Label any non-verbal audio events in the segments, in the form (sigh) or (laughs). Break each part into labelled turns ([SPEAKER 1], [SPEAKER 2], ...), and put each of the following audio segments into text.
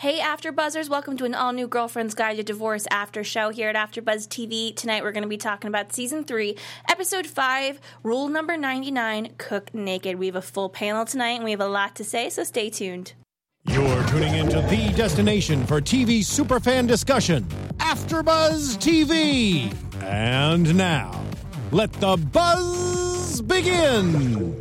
[SPEAKER 1] Hey, After Buzzers, welcome to an all new Girlfriend's Guide to Divorce after show here at AfterBuzz TV. Tonight we're going to be talking about season three, episode five, rule number 99 Cook Naked. We have a full panel tonight and we have a lot to say, so stay tuned.
[SPEAKER 2] You're tuning into the destination for TV superfan discussion, AfterBuzz TV. And now, let the buzz begin.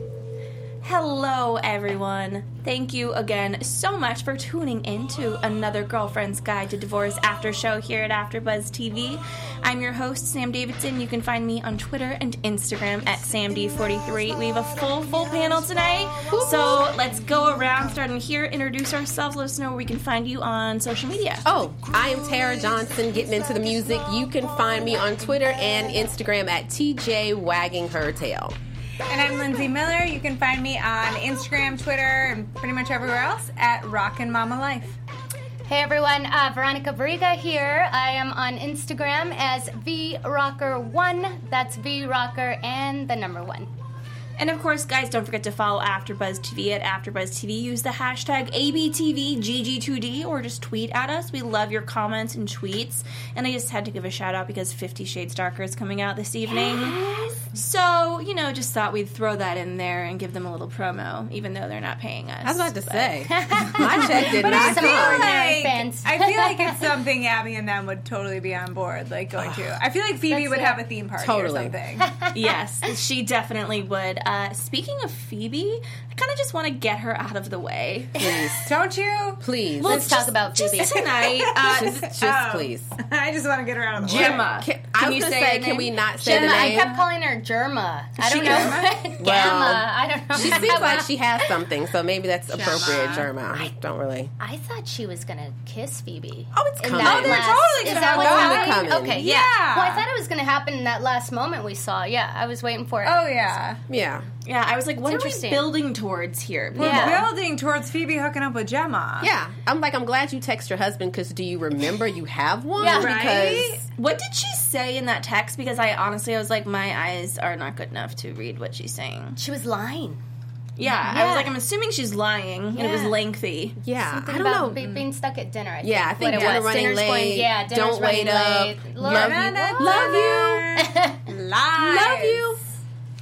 [SPEAKER 1] Hello, everyone. Thank you again so much for tuning into another Girlfriend's Guide to Divorce after show here at AfterBuzz TV. I'm your host, Sam Davidson. You can find me on Twitter and Instagram at SamD43. We have a full, full panel tonight. So let's go around, starting here, introduce ourselves, let us know where we can find you on social media.
[SPEAKER 3] Oh, I am Tara Johnson getting into the music. You can find me on Twitter and Instagram at TJ Wagging Her Tail.
[SPEAKER 4] And I'm Lindsay Miller. You can find me on Instagram, Twitter, and pretty much everywhere else at Rockin' Mama Life.
[SPEAKER 5] Hey everyone, uh, Veronica Veriga here. I am on Instagram as VRocker1. That's VRocker and the number one.
[SPEAKER 1] And of course, guys, don't forget to follow AfterBuzz TV at AfterBuzz TV. Use the hashtag ABTVGG2D or just tweet at us. We love your comments and tweets. And I just had to give a shout out because Fifty Shades Darker is coming out this evening. So you know, just thought we'd throw that in there and give them a little promo, even though they're not paying us.
[SPEAKER 3] I was about to say, (laughs) my check did not
[SPEAKER 5] Some
[SPEAKER 3] come.
[SPEAKER 5] ordinary
[SPEAKER 4] Like,
[SPEAKER 5] fans.
[SPEAKER 4] I feel like it's something Abby and them would totally be on board, like going to. I feel like Phoebe
[SPEAKER 5] That's
[SPEAKER 4] would
[SPEAKER 5] it.
[SPEAKER 4] have a theme party
[SPEAKER 3] Totally.
[SPEAKER 4] or
[SPEAKER 5] (laughs)
[SPEAKER 4] something. (laughs)
[SPEAKER 1] yes, she definitely would. Uh, speaking of Phoebe, I kind of just want to get her out of the way.
[SPEAKER 3] Please,
[SPEAKER 4] Don't you?
[SPEAKER 3] please,
[SPEAKER 5] (laughs) Let's talk about Phoebe.
[SPEAKER 1] Just tonight, uh,
[SPEAKER 3] just, (laughs) just
[SPEAKER 4] Oh.
[SPEAKER 3] please.
[SPEAKER 4] I just want to get her out of the way.
[SPEAKER 1] Gemma.
[SPEAKER 3] Can, I was
[SPEAKER 1] you
[SPEAKER 3] gonna
[SPEAKER 1] say
[SPEAKER 3] say,
[SPEAKER 1] her name?
[SPEAKER 3] can we not say
[SPEAKER 5] Gemma,
[SPEAKER 3] the
[SPEAKER 5] I
[SPEAKER 3] name?
[SPEAKER 5] kept calling her Germa. I
[SPEAKER 1] She
[SPEAKER 5] don't know.
[SPEAKER 1] Germa?
[SPEAKER 5] (laughs) Germa.
[SPEAKER 3] Well,
[SPEAKER 5] I don't know.
[SPEAKER 3] she seems like she has something, so maybe that's appropriate, Germa. I don't really.
[SPEAKER 5] (laughs) I thought she was gonna kiss Phoebe.
[SPEAKER 3] Oh, it's
[SPEAKER 5] in
[SPEAKER 3] coming.
[SPEAKER 5] that
[SPEAKER 3] Oh, they're
[SPEAKER 5] last-
[SPEAKER 4] totally
[SPEAKER 5] is
[SPEAKER 4] gonna
[SPEAKER 5] that what's
[SPEAKER 3] have it.
[SPEAKER 5] happening?
[SPEAKER 3] Coming.
[SPEAKER 5] Okay,
[SPEAKER 4] Yeah.
[SPEAKER 5] yeah. Well, I thought it was gonna happen in that last moment we saw. Yeah, I was waiting for it.
[SPEAKER 4] Oh, yeah.
[SPEAKER 3] Yeah,
[SPEAKER 1] Yeah, I was like, what are we
[SPEAKER 5] interesting.
[SPEAKER 1] building towards here?
[SPEAKER 4] We're
[SPEAKER 5] Yeah.
[SPEAKER 4] building towards Phoebe hooking up with Gemma.
[SPEAKER 3] yeah. I'm like, I'm glad you text your husband because do you remember you have one?
[SPEAKER 5] Yeah.
[SPEAKER 3] Because
[SPEAKER 1] What did she say in that text? Because I honestly, I was like, my eyes are not good enough to read what she's saying.
[SPEAKER 5] She was lying.
[SPEAKER 1] Yeah, I was
[SPEAKER 5] Yeah.
[SPEAKER 1] like, I'm assuming she's lying. and It was
[SPEAKER 5] Yeah.
[SPEAKER 1] lengthy.
[SPEAKER 3] yeah,
[SPEAKER 5] Something
[SPEAKER 3] I don't
[SPEAKER 5] about
[SPEAKER 3] know.
[SPEAKER 5] be- being stuck at dinner. I think
[SPEAKER 3] Yeah, I think
[SPEAKER 5] what it
[SPEAKER 3] dinner
[SPEAKER 5] was.
[SPEAKER 3] running
[SPEAKER 5] Dinner's
[SPEAKER 3] late.
[SPEAKER 5] Going, yeah, dinner's
[SPEAKER 3] don't wait
[SPEAKER 5] running
[SPEAKER 3] up.
[SPEAKER 5] late.
[SPEAKER 3] Love you. Love you.
[SPEAKER 4] Lies.
[SPEAKER 3] Love you.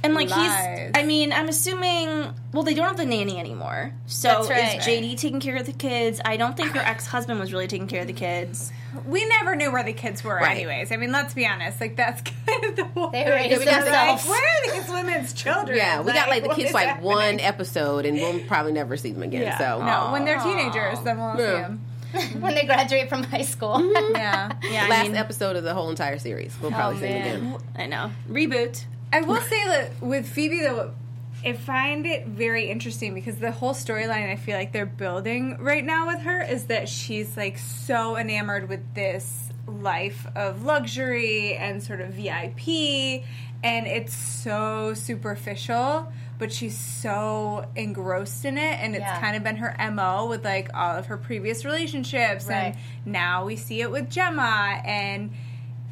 [SPEAKER 1] And like he's,
[SPEAKER 4] Lies.
[SPEAKER 1] I mean, I'm assuming. Well, they don't have the nanny anymore, so
[SPEAKER 5] That's right.
[SPEAKER 1] is JD taking care of the kids? I don't think her ex husband was really taking care of the kids.
[SPEAKER 4] We never knew where the kids were,
[SPEAKER 3] Right.
[SPEAKER 4] anyways. I mean, let's be honest. Like, that's (laughs) kind of the whole
[SPEAKER 5] They
[SPEAKER 4] thing.
[SPEAKER 5] raised
[SPEAKER 4] It's like,
[SPEAKER 5] themselves.
[SPEAKER 4] where are these women's children?
[SPEAKER 3] Yeah, we got like the
[SPEAKER 4] what
[SPEAKER 3] kids
[SPEAKER 4] is
[SPEAKER 3] like
[SPEAKER 4] happening?
[SPEAKER 3] one episode, and we'll probably never see them again. So
[SPEAKER 4] No, when they're teenagers, then we'll see
[SPEAKER 3] Yeah.
[SPEAKER 4] them.
[SPEAKER 5] (laughs) when they graduate from high school.
[SPEAKER 3] Mm-hmm.
[SPEAKER 5] (laughs)
[SPEAKER 4] Yeah.
[SPEAKER 1] Yeah,
[SPEAKER 3] last
[SPEAKER 1] I mean,
[SPEAKER 3] episode of the whole entire series, we'll probably see
[SPEAKER 5] man.
[SPEAKER 3] them again.
[SPEAKER 1] I know reboot.
[SPEAKER 4] I will say that with Phoebe, though, I find it very interesting because the whole storyline I feel like they're building right now with her is that she's like so enamored with this life of luxury and sort of VIP, and it's so superficial. But she's so engrossed in it, and it's
[SPEAKER 5] Yeah.
[SPEAKER 4] kind of been her mo with like all of her previous relationships,
[SPEAKER 5] Right.
[SPEAKER 4] and now we see it with Gemma, and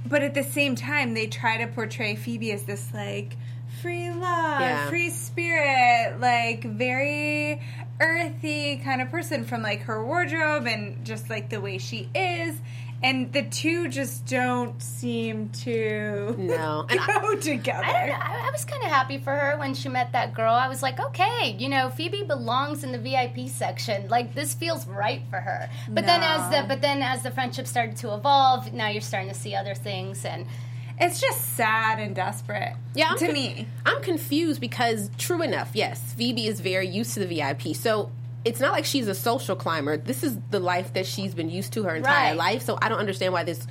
[SPEAKER 4] but at the same time, they try to portray Phoebe as this like free love,
[SPEAKER 3] Yeah.
[SPEAKER 4] free spirit, like very earthy kind of person from like her wardrobe and just like the way she is. And the two just don't seem to (laughs)
[SPEAKER 3] No, and I,
[SPEAKER 4] go together.
[SPEAKER 5] I don't know. I, I was kind of happy for her when she met that girl. I was like, okay, you know, Phoebe belongs in the VIP section. Like this feels right for her. But then as the but then as the friendship started to evolve, now you're starting to see other things and
[SPEAKER 4] It's just sad and desperate.
[SPEAKER 3] yeah, I'm
[SPEAKER 4] to
[SPEAKER 3] con-
[SPEAKER 4] me.
[SPEAKER 3] I'm confused because true enough, yes, Phoebe is very used to the VIP, so. It's not like she's a social climber. This is the life that she's been used to her entire
[SPEAKER 5] Right.
[SPEAKER 3] life. So I don't understand why this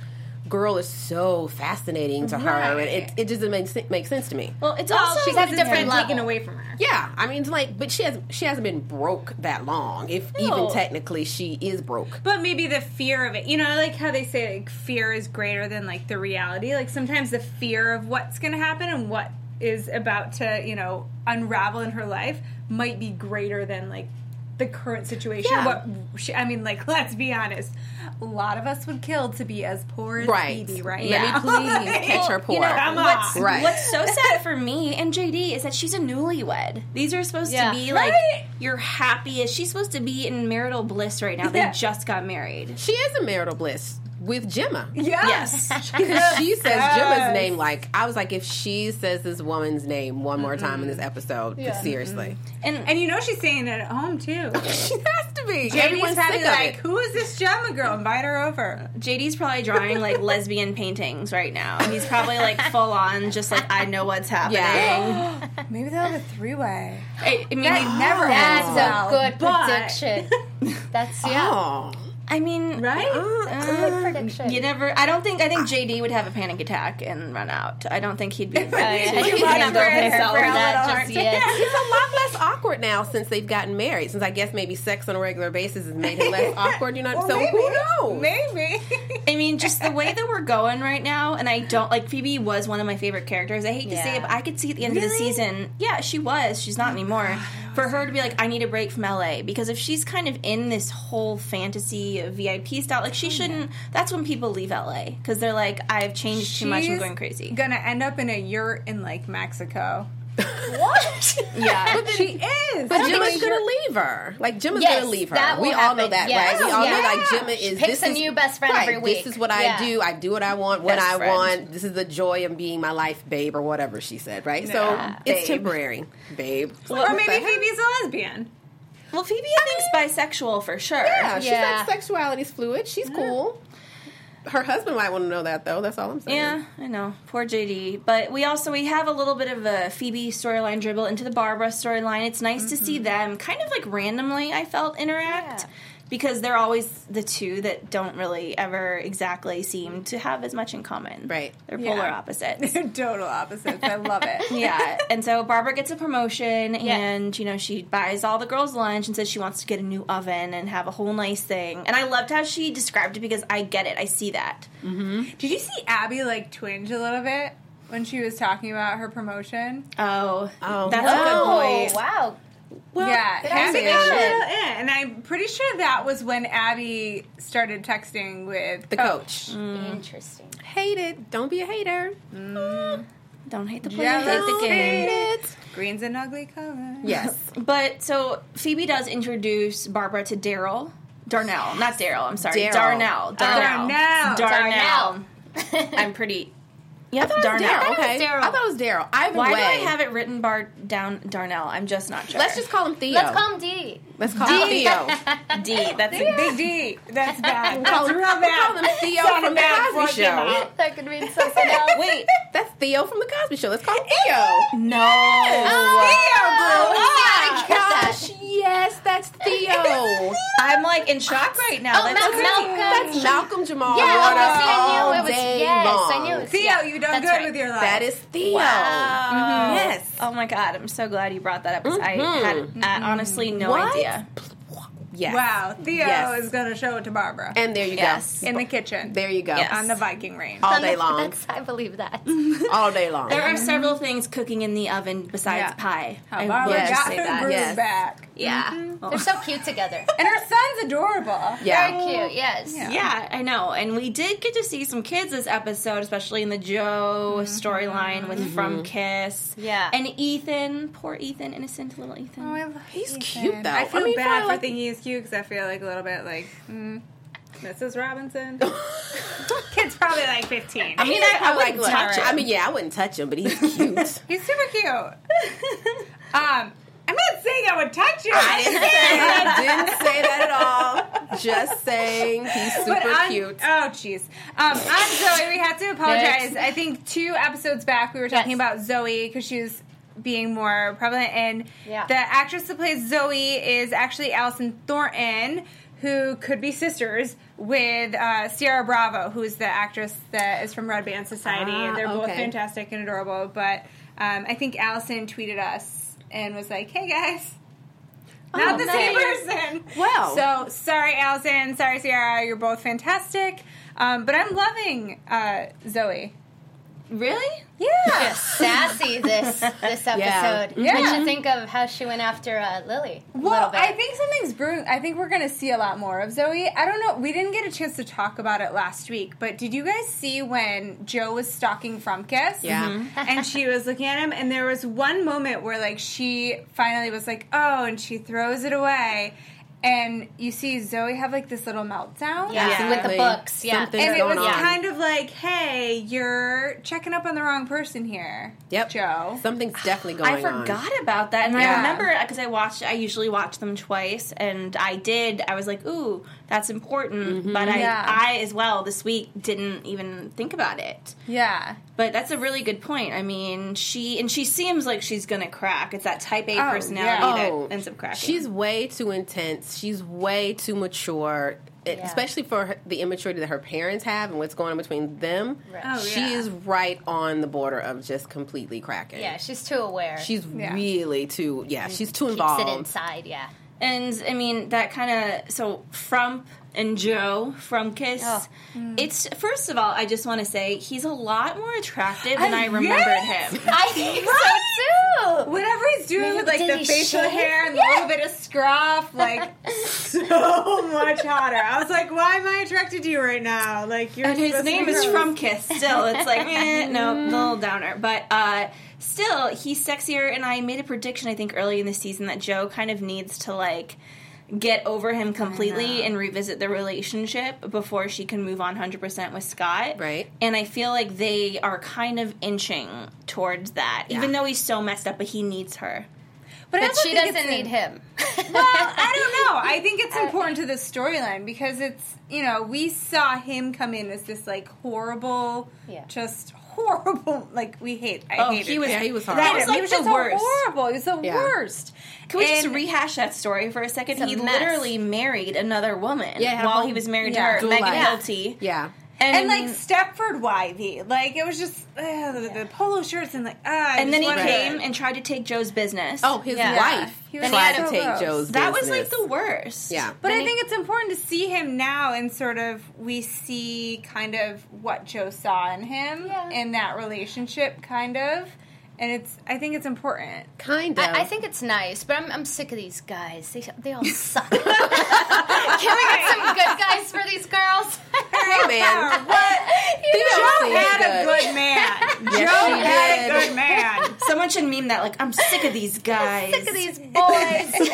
[SPEAKER 3] girl is so fascinating to her, and it, it doesn't make, sen- make sense to me.
[SPEAKER 1] Well, it's
[SPEAKER 5] Well,
[SPEAKER 1] also
[SPEAKER 5] she's at a
[SPEAKER 1] because it's
[SPEAKER 5] different
[SPEAKER 1] been
[SPEAKER 5] level.
[SPEAKER 1] taken away from her.
[SPEAKER 3] Yeah, I mean, it's like, but she has she hasn't been broke that long. If even
[SPEAKER 1] No.
[SPEAKER 3] technically she is broke.
[SPEAKER 4] But maybe the fear of it, you know, I like how they say like fear is greater than like the reality. Like sometimes the fear of what's going to happen and what is about to, you know, unravel in her life might be greater than like the current situation.
[SPEAKER 3] Yeah.
[SPEAKER 4] What she, I mean, like, (laughs) let's be honest. A lot of us would kill to be as poor as
[SPEAKER 3] Right.
[SPEAKER 4] Phoebe right (laughs)
[SPEAKER 3] Let
[SPEAKER 4] now.
[SPEAKER 3] me please catch her poor.
[SPEAKER 1] You know,
[SPEAKER 4] Come
[SPEAKER 1] what's,
[SPEAKER 4] on.
[SPEAKER 3] Right.
[SPEAKER 1] what's so sad for me and JD is that she's a newlywed. These are supposed
[SPEAKER 5] Yeah.
[SPEAKER 1] to be like
[SPEAKER 4] Right?
[SPEAKER 1] your happiest. She's supposed to be in marital bliss right now. They
[SPEAKER 4] Yeah.
[SPEAKER 1] just got married.
[SPEAKER 3] she is a marital bliss with Gemma.
[SPEAKER 4] (laughs) Yes.
[SPEAKER 1] Yes.
[SPEAKER 3] Because she says
[SPEAKER 4] Yes.
[SPEAKER 3] Gemma's name, like I was like, if she says this woman's name one more time in
[SPEAKER 4] Mm-hmm.
[SPEAKER 3] this episode,
[SPEAKER 5] Yeah.
[SPEAKER 3] seriously,
[SPEAKER 1] and
[SPEAKER 4] And you know she's saying it at home too.
[SPEAKER 3] she has to be.
[SPEAKER 4] Mm-hmm.
[SPEAKER 3] (laughs)
[SPEAKER 4] Jamie's
[SPEAKER 3] Everyone's
[SPEAKER 4] probably
[SPEAKER 3] sick of
[SPEAKER 4] like,
[SPEAKER 3] it.
[SPEAKER 4] "Who is this Gemma girl? Invite her over."
[SPEAKER 1] JD's probably drawing like (laughs) lesbian paintings right now. He's probably like (laughs) full on, just like I know what's happening.
[SPEAKER 3] Yeah.
[SPEAKER 4] Maybe they'll have a three-way.
[SPEAKER 1] I, I mean,
[SPEAKER 4] That never
[SPEAKER 5] That's
[SPEAKER 4] happens.
[SPEAKER 5] a
[SPEAKER 4] Well,
[SPEAKER 5] good
[SPEAKER 3] (laughs)
[SPEAKER 4] but-
[SPEAKER 5] prediction. That's yeah.
[SPEAKER 3] Oh, Uh-uh.
[SPEAKER 1] I mean,
[SPEAKER 4] Right? Uh-uh.
[SPEAKER 5] Good prediction.
[SPEAKER 1] You never. I don't think. I think JD would have a panic attack and run out. I don't think he'd be.
[SPEAKER 5] I, I
[SPEAKER 1] (laughs) Right.
[SPEAKER 5] think
[SPEAKER 4] You
[SPEAKER 5] I
[SPEAKER 4] run
[SPEAKER 5] know
[SPEAKER 4] up there
[SPEAKER 5] himself
[SPEAKER 4] for a
[SPEAKER 5] not
[SPEAKER 4] little
[SPEAKER 5] just
[SPEAKER 4] hard.
[SPEAKER 5] yet.
[SPEAKER 3] It's a lot less awkward now since they've gotten married. Since I guess maybe sex on a regular basis has made it
[SPEAKER 4] (laughs)
[SPEAKER 3] less awkward. You know,
[SPEAKER 4] Well,
[SPEAKER 3] so
[SPEAKER 4] maybe.
[SPEAKER 3] who knows?
[SPEAKER 4] Maybe.
[SPEAKER 1] I mean, just the way that we're going right now, and I don't like Phoebe was one of my favorite characters. I hate to say
[SPEAKER 5] Yeah.
[SPEAKER 1] it, but I could see at the end of the season, yeah, she was. She's not anymore. For her to be like, I need a break from LA because if she's kind of in this whole fantasy VIP style, like she shouldn't. That's when people leave LA because they're like, I've changed too much. I'm
[SPEAKER 4] She's
[SPEAKER 1] going crazy.
[SPEAKER 4] Gonna end up in a yurt in like Mexico.
[SPEAKER 3] What?
[SPEAKER 5] (laughs)
[SPEAKER 1] Yeah.
[SPEAKER 4] She is.
[SPEAKER 3] But
[SPEAKER 5] think
[SPEAKER 3] Gemma's
[SPEAKER 5] it's
[SPEAKER 3] gonna leave her. Like Gemma's
[SPEAKER 5] Yes,
[SPEAKER 3] gonna leave her.
[SPEAKER 5] that
[SPEAKER 3] we
[SPEAKER 5] will
[SPEAKER 3] all know
[SPEAKER 5] happen.
[SPEAKER 3] that,
[SPEAKER 5] Yes.
[SPEAKER 3] right? We all know
[SPEAKER 5] Yeah.
[SPEAKER 3] like Gemma is
[SPEAKER 5] Picks
[SPEAKER 3] this
[SPEAKER 5] a
[SPEAKER 3] is,
[SPEAKER 5] new best friend
[SPEAKER 3] right,
[SPEAKER 5] every week.
[SPEAKER 3] This is what
[SPEAKER 5] Yeah.
[SPEAKER 3] I do. I do what I want when
[SPEAKER 1] Best
[SPEAKER 3] I
[SPEAKER 1] friend.
[SPEAKER 3] want. This is the joy of being my life, babe, or whatever she said. Right?
[SPEAKER 4] Yeah.
[SPEAKER 3] So it's
[SPEAKER 4] Babe.
[SPEAKER 3] temporary, babe.
[SPEAKER 4] or maybe Phoebe's a lesbian. (laughs)
[SPEAKER 1] Well, Phoebe, I think's bisexual for sure.
[SPEAKER 3] Yeah, she's
[SPEAKER 5] Yeah.
[SPEAKER 3] like sexuality's fluid. She's cool. Her husband might want to know that though. That's all I'm saying.
[SPEAKER 1] Yeah, I know. Poor JD. But we also we have a little bit of a Phoebe storyline dribble into the Barbara storyline. It's nice to see them kind of like randomly. I felt interact
[SPEAKER 5] Yeah.
[SPEAKER 1] because they're always the two that don't really ever exactly seem to have as much in common.
[SPEAKER 3] Right.
[SPEAKER 1] They're
[SPEAKER 4] Yeah.
[SPEAKER 1] polar opposites.
[SPEAKER 4] They're total opposites. I love
[SPEAKER 1] (laughs)
[SPEAKER 4] it.
[SPEAKER 1] yeah, and so Barbara gets a promotion, and you know she buys all the girls lunch and says she wants to get a new oven and have a whole nice thing. And I loved how she described it because I get it, I see that.
[SPEAKER 4] Did you see Abby like twinge a little bit when she was talking about her promotion?
[SPEAKER 1] Oh,
[SPEAKER 3] Oh,
[SPEAKER 1] that's
[SPEAKER 3] no.
[SPEAKER 1] a good point.
[SPEAKER 5] Oh, wow.
[SPEAKER 4] yeah,
[SPEAKER 5] good
[SPEAKER 4] Abby got a
[SPEAKER 5] observation.
[SPEAKER 4] little in, and I'm pretty sure that was when Abby started texting with
[SPEAKER 3] The coach.
[SPEAKER 5] Interesting.
[SPEAKER 3] Hate it. Don't be a hater.
[SPEAKER 1] Don't hate the player,
[SPEAKER 4] Jealousy.
[SPEAKER 1] hate the game.
[SPEAKER 4] Green's an ugly color.
[SPEAKER 3] Yes.
[SPEAKER 1] But so Phoebe does introduce Barbara to Daryl. Darnell, not Daryl, I'm sorry.
[SPEAKER 3] Daryl.
[SPEAKER 1] Darnell. Darnell.
[SPEAKER 4] Darnell.
[SPEAKER 1] Darnell. I'm pretty. Yep, Darnell.
[SPEAKER 3] Daryl.
[SPEAKER 5] it was
[SPEAKER 3] Okay.
[SPEAKER 5] Daryl.
[SPEAKER 3] I thought it was Daryl. Either
[SPEAKER 1] Why
[SPEAKER 3] way,
[SPEAKER 1] do I have it written bar down Darnell? I'm just not sure.
[SPEAKER 3] let's just call him Theo.
[SPEAKER 5] Let's call him D.
[SPEAKER 3] Let's call him Theo.
[SPEAKER 1] D. That's
[SPEAKER 4] Big D.
[SPEAKER 3] (laughs)
[SPEAKER 4] That's bad.
[SPEAKER 3] Call
[SPEAKER 4] That's
[SPEAKER 3] him, we'll
[SPEAKER 4] real
[SPEAKER 3] call
[SPEAKER 4] bad.
[SPEAKER 3] him Theo
[SPEAKER 4] Sound
[SPEAKER 3] from the
[SPEAKER 4] bad
[SPEAKER 3] Cosby
[SPEAKER 4] for him.
[SPEAKER 3] Show.
[SPEAKER 5] Oh, That could mean
[SPEAKER 3] (laughs)
[SPEAKER 5] something else.
[SPEAKER 1] wait.
[SPEAKER 3] That's Theo from the Cosby Show. Let's call him Theo.
[SPEAKER 1] No.
[SPEAKER 3] (laughs) Oh my
[SPEAKER 5] Yes.
[SPEAKER 3] gosh! Yes, that's Theo.
[SPEAKER 1] I'm like in shock right now.
[SPEAKER 5] Oh,
[SPEAKER 1] That's
[SPEAKER 5] Malcolm.
[SPEAKER 1] crazy.
[SPEAKER 3] That's Malcolm Jamal
[SPEAKER 5] Yeah,
[SPEAKER 3] Warner
[SPEAKER 5] obviously
[SPEAKER 3] all
[SPEAKER 5] I knew it was.
[SPEAKER 3] day
[SPEAKER 5] Yes,
[SPEAKER 3] long.
[SPEAKER 5] I knew it was.
[SPEAKER 4] Theo,
[SPEAKER 5] yeah,
[SPEAKER 4] you done
[SPEAKER 5] that's
[SPEAKER 4] good
[SPEAKER 5] right.
[SPEAKER 4] with your life.
[SPEAKER 3] That is Theo. Mm-hmm.
[SPEAKER 1] Wow.
[SPEAKER 3] Yes.
[SPEAKER 1] Oh my god, I'm so glad you brought that up 'cause
[SPEAKER 3] Mhm.
[SPEAKER 1] I had uh, honestly no
[SPEAKER 3] What?
[SPEAKER 1] idea.
[SPEAKER 3] Yes.
[SPEAKER 4] Wow. Theo
[SPEAKER 3] Yes.
[SPEAKER 4] is gonna show it to Barbara
[SPEAKER 3] And there you
[SPEAKER 1] Yes.
[SPEAKER 3] go.
[SPEAKER 4] in the kitchen.
[SPEAKER 3] There you go.
[SPEAKER 1] Yes.
[SPEAKER 4] on the Viking range.
[SPEAKER 3] All
[SPEAKER 5] (laughs)
[SPEAKER 3] day long.
[SPEAKER 5] That's, I believe that.
[SPEAKER 3] (laughs) All day long.
[SPEAKER 1] There are several things cooking in the oven besides
[SPEAKER 4] Yeah.
[SPEAKER 1] pie.
[SPEAKER 4] How
[SPEAKER 1] I
[SPEAKER 4] Barbara
[SPEAKER 1] will
[SPEAKER 3] yes,
[SPEAKER 1] just
[SPEAKER 4] got
[SPEAKER 1] say
[SPEAKER 4] her
[SPEAKER 1] that.
[SPEAKER 4] groove
[SPEAKER 3] Yes.
[SPEAKER 4] back.
[SPEAKER 1] Yeah.
[SPEAKER 4] Mm-hmm.
[SPEAKER 5] They're so cute together.
[SPEAKER 4] And her son's adorable.
[SPEAKER 3] Yeah.
[SPEAKER 5] Very cute. Yes.
[SPEAKER 4] Yeah.
[SPEAKER 1] Yeah, I know. And we did get to see some kids this episode, especially in the Joe
[SPEAKER 4] Mm-hmm.
[SPEAKER 1] storyline with From Kiss.
[SPEAKER 5] Yeah.
[SPEAKER 1] And Ethan, poor Ethan, innocent little Ethan.
[SPEAKER 4] Oh, I love
[SPEAKER 3] He's
[SPEAKER 4] Ethan.
[SPEAKER 3] cute, though.
[SPEAKER 4] I feel
[SPEAKER 3] I mean,
[SPEAKER 4] bad
[SPEAKER 3] for,
[SPEAKER 4] for
[SPEAKER 3] like-
[SPEAKER 4] thinking he's cute because I feel like a little bit like mm, Mrs. Robinson. Kid's probably like fifteen.
[SPEAKER 1] I mean, I, I
[SPEAKER 3] like,
[SPEAKER 1] wouldn't
[SPEAKER 3] look,
[SPEAKER 1] touch it.
[SPEAKER 3] I mean, yeah, I wouldn't touch him, but he's cute.
[SPEAKER 4] he's super cute. um, I'm not saying I would touch him.
[SPEAKER 3] I
[SPEAKER 4] (laughs)
[SPEAKER 3] didn't say that. Didn't say that at all. Just saying he's
[SPEAKER 4] But
[SPEAKER 3] super
[SPEAKER 4] on-
[SPEAKER 3] cute.
[SPEAKER 4] Oh, jeez. Um, on Zoe, we have to apologize. I think two episodes back, we were talking
[SPEAKER 5] Yes.
[SPEAKER 4] about Zoe because she was being more prevalent. And
[SPEAKER 5] Yeah.
[SPEAKER 4] the actress that plays Zoe is actually Allison Thornton, who could be sisters with uh, Sierra Bravo, who is the actress that is from Red Band Society.
[SPEAKER 3] Ah,
[SPEAKER 4] They're both
[SPEAKER 3] okay.
[SPEAKER 4] fantastic and adorable. But um, I think Allison tweeted us and was like, "Hey guys."
[SPEAKER 5] Oh,
[SPEAKER 4] Not the same person.
[SPEAKER 3] Wow.
[SPEAKER 4] So sorry, Allison. Sorry, Sierra. You're both fantastic. Um, but I'm loving uh, Zoe.
[SPEAKER 1] Really?
[SPEAKER 4] Yeah.
[SPEAKER 5] sassy this this
[SPEAKER 3] (laughs)
[SPEAKER 5] episode.
[SPEAKER 3] Yeah. Mm-hmm.
[SPEAKER 5] What you think of how she went after uh, Lily? a little
[SPEAKER 4] Well,
[SPEAKER 5] bit?
[SPEAKER 4] I think something's brewing. I think we're going to see a lot more of Zoe. I don't know. We didn't get a chance to talk about it last week, but did you guys see when Joe was stalking Frumkiss?
[SPEAKER 3] Yeah. Mhm.
[SPEAKER 4] (laughs) and she was looking at him, and there was one moment where, like, she finally was like, oh, and she throws it away. And you see Zoe have, like, this little meltdown.
[SPEAKER 5] Yeah.
[SPEAKER 3] Absolutely.
[SPEAKER 5] With the books, yeah.
[SPEAKER 3] Something's
[SPEAKER 4] And it was
[SPEAKER 3] going on.
[SPEAKER 4] kind of like, hey, you're checking up on the wrong person here.
[SPEAKER 3] Yep.
[SPEAKER 4] Joe.
[SPEAKER 3] Something's definitely going on.
[SPEAKER 1] I forgot about that, and I
[SPEAKER 4] Yeah.
[SPEAKER 1] remember because I watched. I usually watch them twice, and I did. I was like, "Ooh, that's important," but I,
[SPEAKER 4] Mm-hmm. Yeah.
[SPEAKER 1] I as well this week didn't even think about it.
[SPEAKER 4] yeah.
[SPEAKER 1] But that's a really good point. I mean, she and she seems like she's gonna crack. It's that Type A
[SPEAKER 4] yeah.
[SPEAKER 1] personality
[SPEAKER 3] Oh,
[SPEAKER 1] that ends up cracking.
[SPEAKER 3] She's way too intense. She's way too mature, it-
[SPEAKER 5] Yeah.
[SPEAKER 3] especially for her, the immaturity that her parents have and what's going on between them.
[SPEAKER 5] Right. Oh,
[SPEAKER 3] she
[SPEAKER 4] yeah.
[SPEAKER 3] is right on the border of just completely cracking.
[SPEAKER 5] yeah, she's too aware.
[SPEAKER 3] she's
[SPEAKER 4] Yeah.
[SPEAKER 3] really too. Yeah, she's too
[SPEAKER 5] keeps
[SPEAKER 3] involved.
[SPEAKER 5] it inside. Yeah.
[SPEAKER 1] And I mean that kind of so Frump and Joe from Kiss.
[SPEAKER 5] Oh.
[SPEAKER 1] It's first of all, I just want to say he's a lot more attractive than I,
[SPEAKER 4] I-
[SPEAKER 1] remembered
[SPEAKER 4] yes!
[SPEAKER 1] him.
[SPEAKER 5] I think so too.
[SPEAKER 4] Whatever he's doing
[SPEAKER 5] Maybe
[SPEAKER 4] with like
[SPEAKER 5] did
[SPEAKER 4] the
[SPEAKER 5] he
[SPEAKER 4] facial
[SPEAKER 5] shave?
[SPEAKER 4] hair and a
[SPEAKER 5] Yeah.
[SPEAKER 4] little bit of scruff,
[SPEAKER 5] (laughs)
[SPEAKER 4] like so much hotter. I was like, why am I attracted to you right now? Like you're
[SPEAKER 1] And his
[SPEAKER 4] supposed to
[SPEAKER 1] name
[SPEAKER 4] be
[SPEAKER 1] is
[SPEAKER 4] gross.
[SPEAKER 1] Frumkiss. Still, it's like eh, no, little downer. But uh, still, he's sexier. And I made a prediction I think early in the season that Joe kind of needs to like get over him completely and revisit the relationship before she can move on 100% with Scott.
[SPEAKER 3] Right.
[SPEAKER 1] And I feel like they are kind of inching towards that. Even though he's so messed up but he needs her.
[SPEAKER 4] I
[SPEAKER 5] But
[SPEAKER 4] also
[SPEAKER 5] she
[SPEAKER 4] think it's
[SPEAKER 5] doesn't
[SPEAKER 4] a-
[SPEAKER 5] need (laughs) him.
[SPEAKER 4] (laughs)
[SPEAKER 5] Uh,
[SPEAKER 4] Well, I
[SPEAKER 5] (laughs)
[SPEAKER 4] don't know. I think it's important to the storyline because it's you know we saw him come in as this like horrible,
[SPEAKER 5] Yeah.
[SPEAKER 4] just horrible. (laughs) Like we hate. I
[SPEAKER 1] Oh,
[SPEAKER 4] hated
[SPEAKER 1] he was
[SPEAKER 4] him.
[SPEAKER 3] Yeah, he was
[SPEAKER 1] that
[SPEAKER 3] horrible.
[SPEAKER 1] was
[SPEAKER 4] He
[SPEAKER 1] like
[SPEAKER 4] was
[SPEAKER 1] the
[SPEAKER 4] just
[SPEAKER 1] worst.
[SPEAKER 4] So horrible. He was the
[SPEAKER 3] Yeah.
[SPEAKER 4] worst.
[SPEAKER 1] Can we just
[SPEAKER 4] And-
[SPEAKER 1] rehash that story for a second?
[SPEAKER 5] It's a
[SPEAKER 1] he
[SPEAKER 5] mess.
[SPEAKER 1] literally married another woman
[SPEAKER 3] Yeah, had a
[SPEAKER 1] while
[SPEAKER 3] whole-
[SPEAKER 1] he was married
[SPEAKER 4] yeah,
[SPEAKER 1] to her,
[SPEAKER 3] dual
[SPEAKER 1] Megan
[SPEAKER 3] life.
[SPEAKER 1] Hilty.
[SPEAKER 3] yeah.
[SPEAKER 4] and like Stepford Wivey, like it was just uh, the, the polo shirts and like ah. I
[SPEAKER 1] and then he
[SPEAKER 4] just wanted-
[SPEAKER 1] came and tried to take Joe's business.
[SPEAKER 3] Oh, his
[SPEAKER 5] Yeah.
[SPEAKER 3] wife
[SPEAKER 4] He was
[SPEAKER 3] tried
[SPEAKER 4] so
[SPEAKER 3] to take
[SPEAKER 4] gross.
[SPEAKER 3] Joe's.
[SPEAKER 1] that was like
[SPEAKER 3] business.
[SPEAKER 1] the worst. (laughs)
[SPEAKER 3] Yeah.
[SPEAKER 4] But I think it's important to see him now and sort of we see kind of what Joe saw in him
[SPEAKER 5] Yeah.
[SPEAKER 4] in that relationship, kind of. And it's I think it's
[SPEAKER 1] (laughs)
[SPEAKER 4] important.
[SPEAKER 3] kind of.
[SPEAKER 5] I, I think it's nice, but I'm, I'm sick of these guys. They they (laughs) all suck. Can we get some good guys for these girls? (laughs)
[SPEAKER 3] Hey man, what?
[SPEAKER 5] You know,
[SPEAKER 4] Joe had a good man.
[SPEAKER 3] Yes,
[SPEAKER 4] Joe
[SPEAKER 3] she
[SPEAKER 4] had
[SPEAKER 3] did.
[SPEAKER 4] a good man.
[SPEAKER 1] Someone should meme that like I'm sick of
[SPEAKER 3] (laughs)
[SPEAKER 1] these guys.
[SPEAKER 5] sick of (laughs) these boys.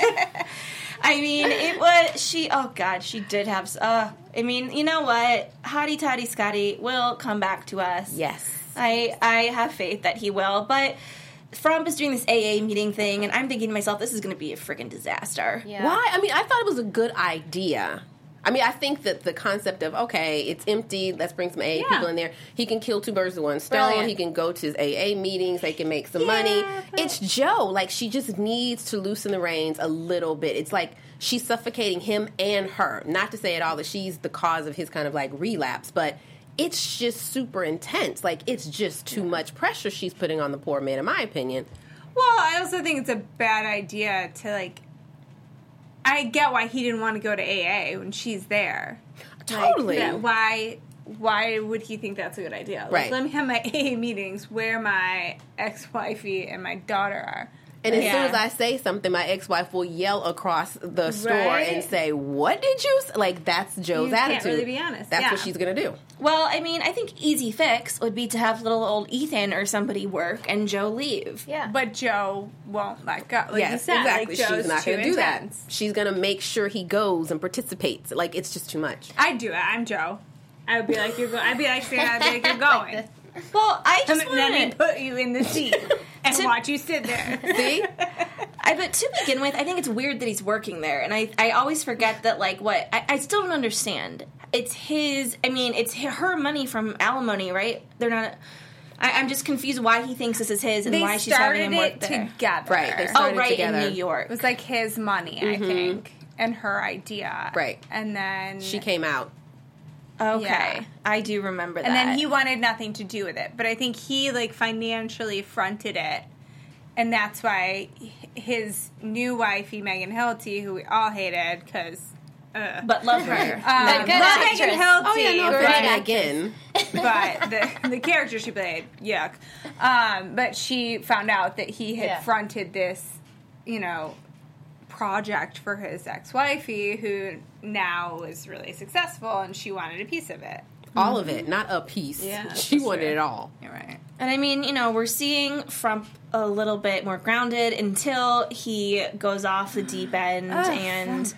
[SPEAKER 1] I mean, it was she. Oh God, she did have. s- Uh, I mean, you know what? Hottie Toddy Scotty will come back to us.
[SPEAKER 3] Yes.
[SPEAKER 1] I I have faith that he will, but. Fromp is doing this AA meeting thing, and I'm thinking to myself, this is going to be a freaking disaster.
[SPEAKER 5] Yeah.
[SPEAKER 3] Why? I mean, I thought it was a good idea. I mean, I think that the concept of okay, it's empty. Let's bring some AA people in there. He can kill two birds with one stone.
[SPEAKER 1] Brilliant.
[SPEAKER 3] He can go to his AA meetings. They can make some money. It's Joe. Like she just needs to loosen the reins a little bit. It's like she's suffocating him and her. Not to say at all that she's the cause of his kind of like relapse, but it's just super intense. Like it's just too much pressure she's putting on the poor man, in my opinion.
[SPEAKER 4] (laughs) Well, I also think it's a bad idea to like I get why he didn't want to go to AA when she's there.
[SPEAKER 3] Totally.
[SPEAKER 4] Yeah, why? Why would he think that's a good idea? Like,
[SPEAKER 3] Right.
[SPEAKER 4] Let me have my (laughs) AA meetings where my ex-wifey and my daughter are.
[SPEAKER 3] And as
[SPEAKER 1] Yeah.
[SPEAKER 3] soon as I say something, my ex-wife will yell across the store
[SPEAKER 4] Right.
[SPEAKER 3] and say, "What did you s-" like?" That's Joe's
[SPEAKER 4] You can't
[SPEAKER 3] attitude.
[SPEAKER 4] really be honest,
[SPEAKER 3] That's
[SPEAKER 4] yeah.
[SPEAKER 3] what she's gonna do.
[SPEAKER 1] Well, I mean, I think easy fix would be to have little old Ethan or somebody work and Joe leave.
[SPEAKER 5] Yeah.
[SPEAKER 4] But Joe won't let go. Like you
[SPEAKER 3] yes,
[SPEAKER 4] said,
[SPEAKER 3] exactly.
[SPEAKER 4] Like, Joe's
[SPEAKER 3] she's not
[SPEAKER 4] too
[SPEAKER 3] gonna do
[SPEAKER 4] intense.
[SPEAKER 3] that. She's gonna make sure he goes and participates. Like it's just too
[SPEAKER 4] (laughs)
[SPEAKER 3] much.
[SPEAKER 4] I'd do it. I'm Joe. I would be like, you're going. I'd be like, Sarah, I'd be like,
[SPEAKER 3] (laughs)
[SPEAKER 4] you're
[SPEAKER 5] Like
[SPEAKER 4] going.
[SPEAKER 5] this.
[SPEAKER 1] Well, I
[SPEAKER 4] And
[SPEAKER 1] just
[SPEAKER 4] then they
[SPEAKER 1] wanted,
[SPEAKER 4] put you in the seat
[SPEAKER 3] (laughs)
[SPEAKER 4] and
[SPEAKER 1] To-
[SPEAKER 4] watch you sit there.
[SPEAKER 3] See,
[SPEAKER 1] I but to begin with, I think it's weird that he's working there, and I I always forget that like what I, I still don't understand. It's his. I mean, it's hi- her money from alimony, right? They're not. I, I'm just confused why he thinks this is his and
[SPEAKER 4] They
[SPEAKER 1] why she's having
[SPEAKER 4] started
[SPEAKER 1] him work
[SPEAKER 4] it
[SPEAKER 1] there.
[SPEAKER 4] together.
[SPEAKER 3] Right, they
[SPEAKER 4] Oh,
[SPEAKER 1] Oh,
[SPEAKER 3] started
[SPEAKER 1] right
[SPEAKER 3] together.
[SPEAKER 1] in New
[SPEAKER 4] It
[SPEAKER 1] York.
[SPEAKER 4] was like his money, I think, and her idea.
[SPEAKER 3] Right.
[SPEAKER 4] And then
[SPEAKER 3] she came out.
[SPEAKER 1] Okay,
[SPEAKER 4] Yeah.
[SPEAKER 1] I do remember that.
[SPEAKER 4] and then he wanted nothing to do with it but i think he like financially fronted it and that's why h- his new wifey megan hilty who we all hated because uh,
[SPEAKER 1] but love her.
[SPEAKER 4] um,
[SPEAKER 5] good
[SPEAKER 1] (laughs) Uh,
[SPEAKER 4] love
[SPEAKER 5] actress.
[SPEAKER 4] megan hilty
[SPEAKER 5] Oh, yeah, no,
[SPEAKER 3] Girl,
[SPEAKER 5] Right.
[SPEAKER 3] again.
[SPEAKER 4] but the, the character she played, yuck. Um, but she found out that he had
[SPEAKER 5] Yeah.
[SPEAKER 4] fronted this, you know, project for his ex-wifey, who now was really successful, and she wanted a piece of it.
[SPEAKER 3] all of it, not a piece.
[SPEAKER 4] Mm-hmm. Yeah,
[SPEAKER 3] (laughs) she
[SPEAKER 4] that's
[SPEAKER 3] wanted
[SPEAKER 4] right.
[SPEAKER 3] it all.
[SPEAKER 4] You're right.
[SPEAKER 1] And I mean, you know, we're seeing Frump a little bit more grounded until he goes off the deep end and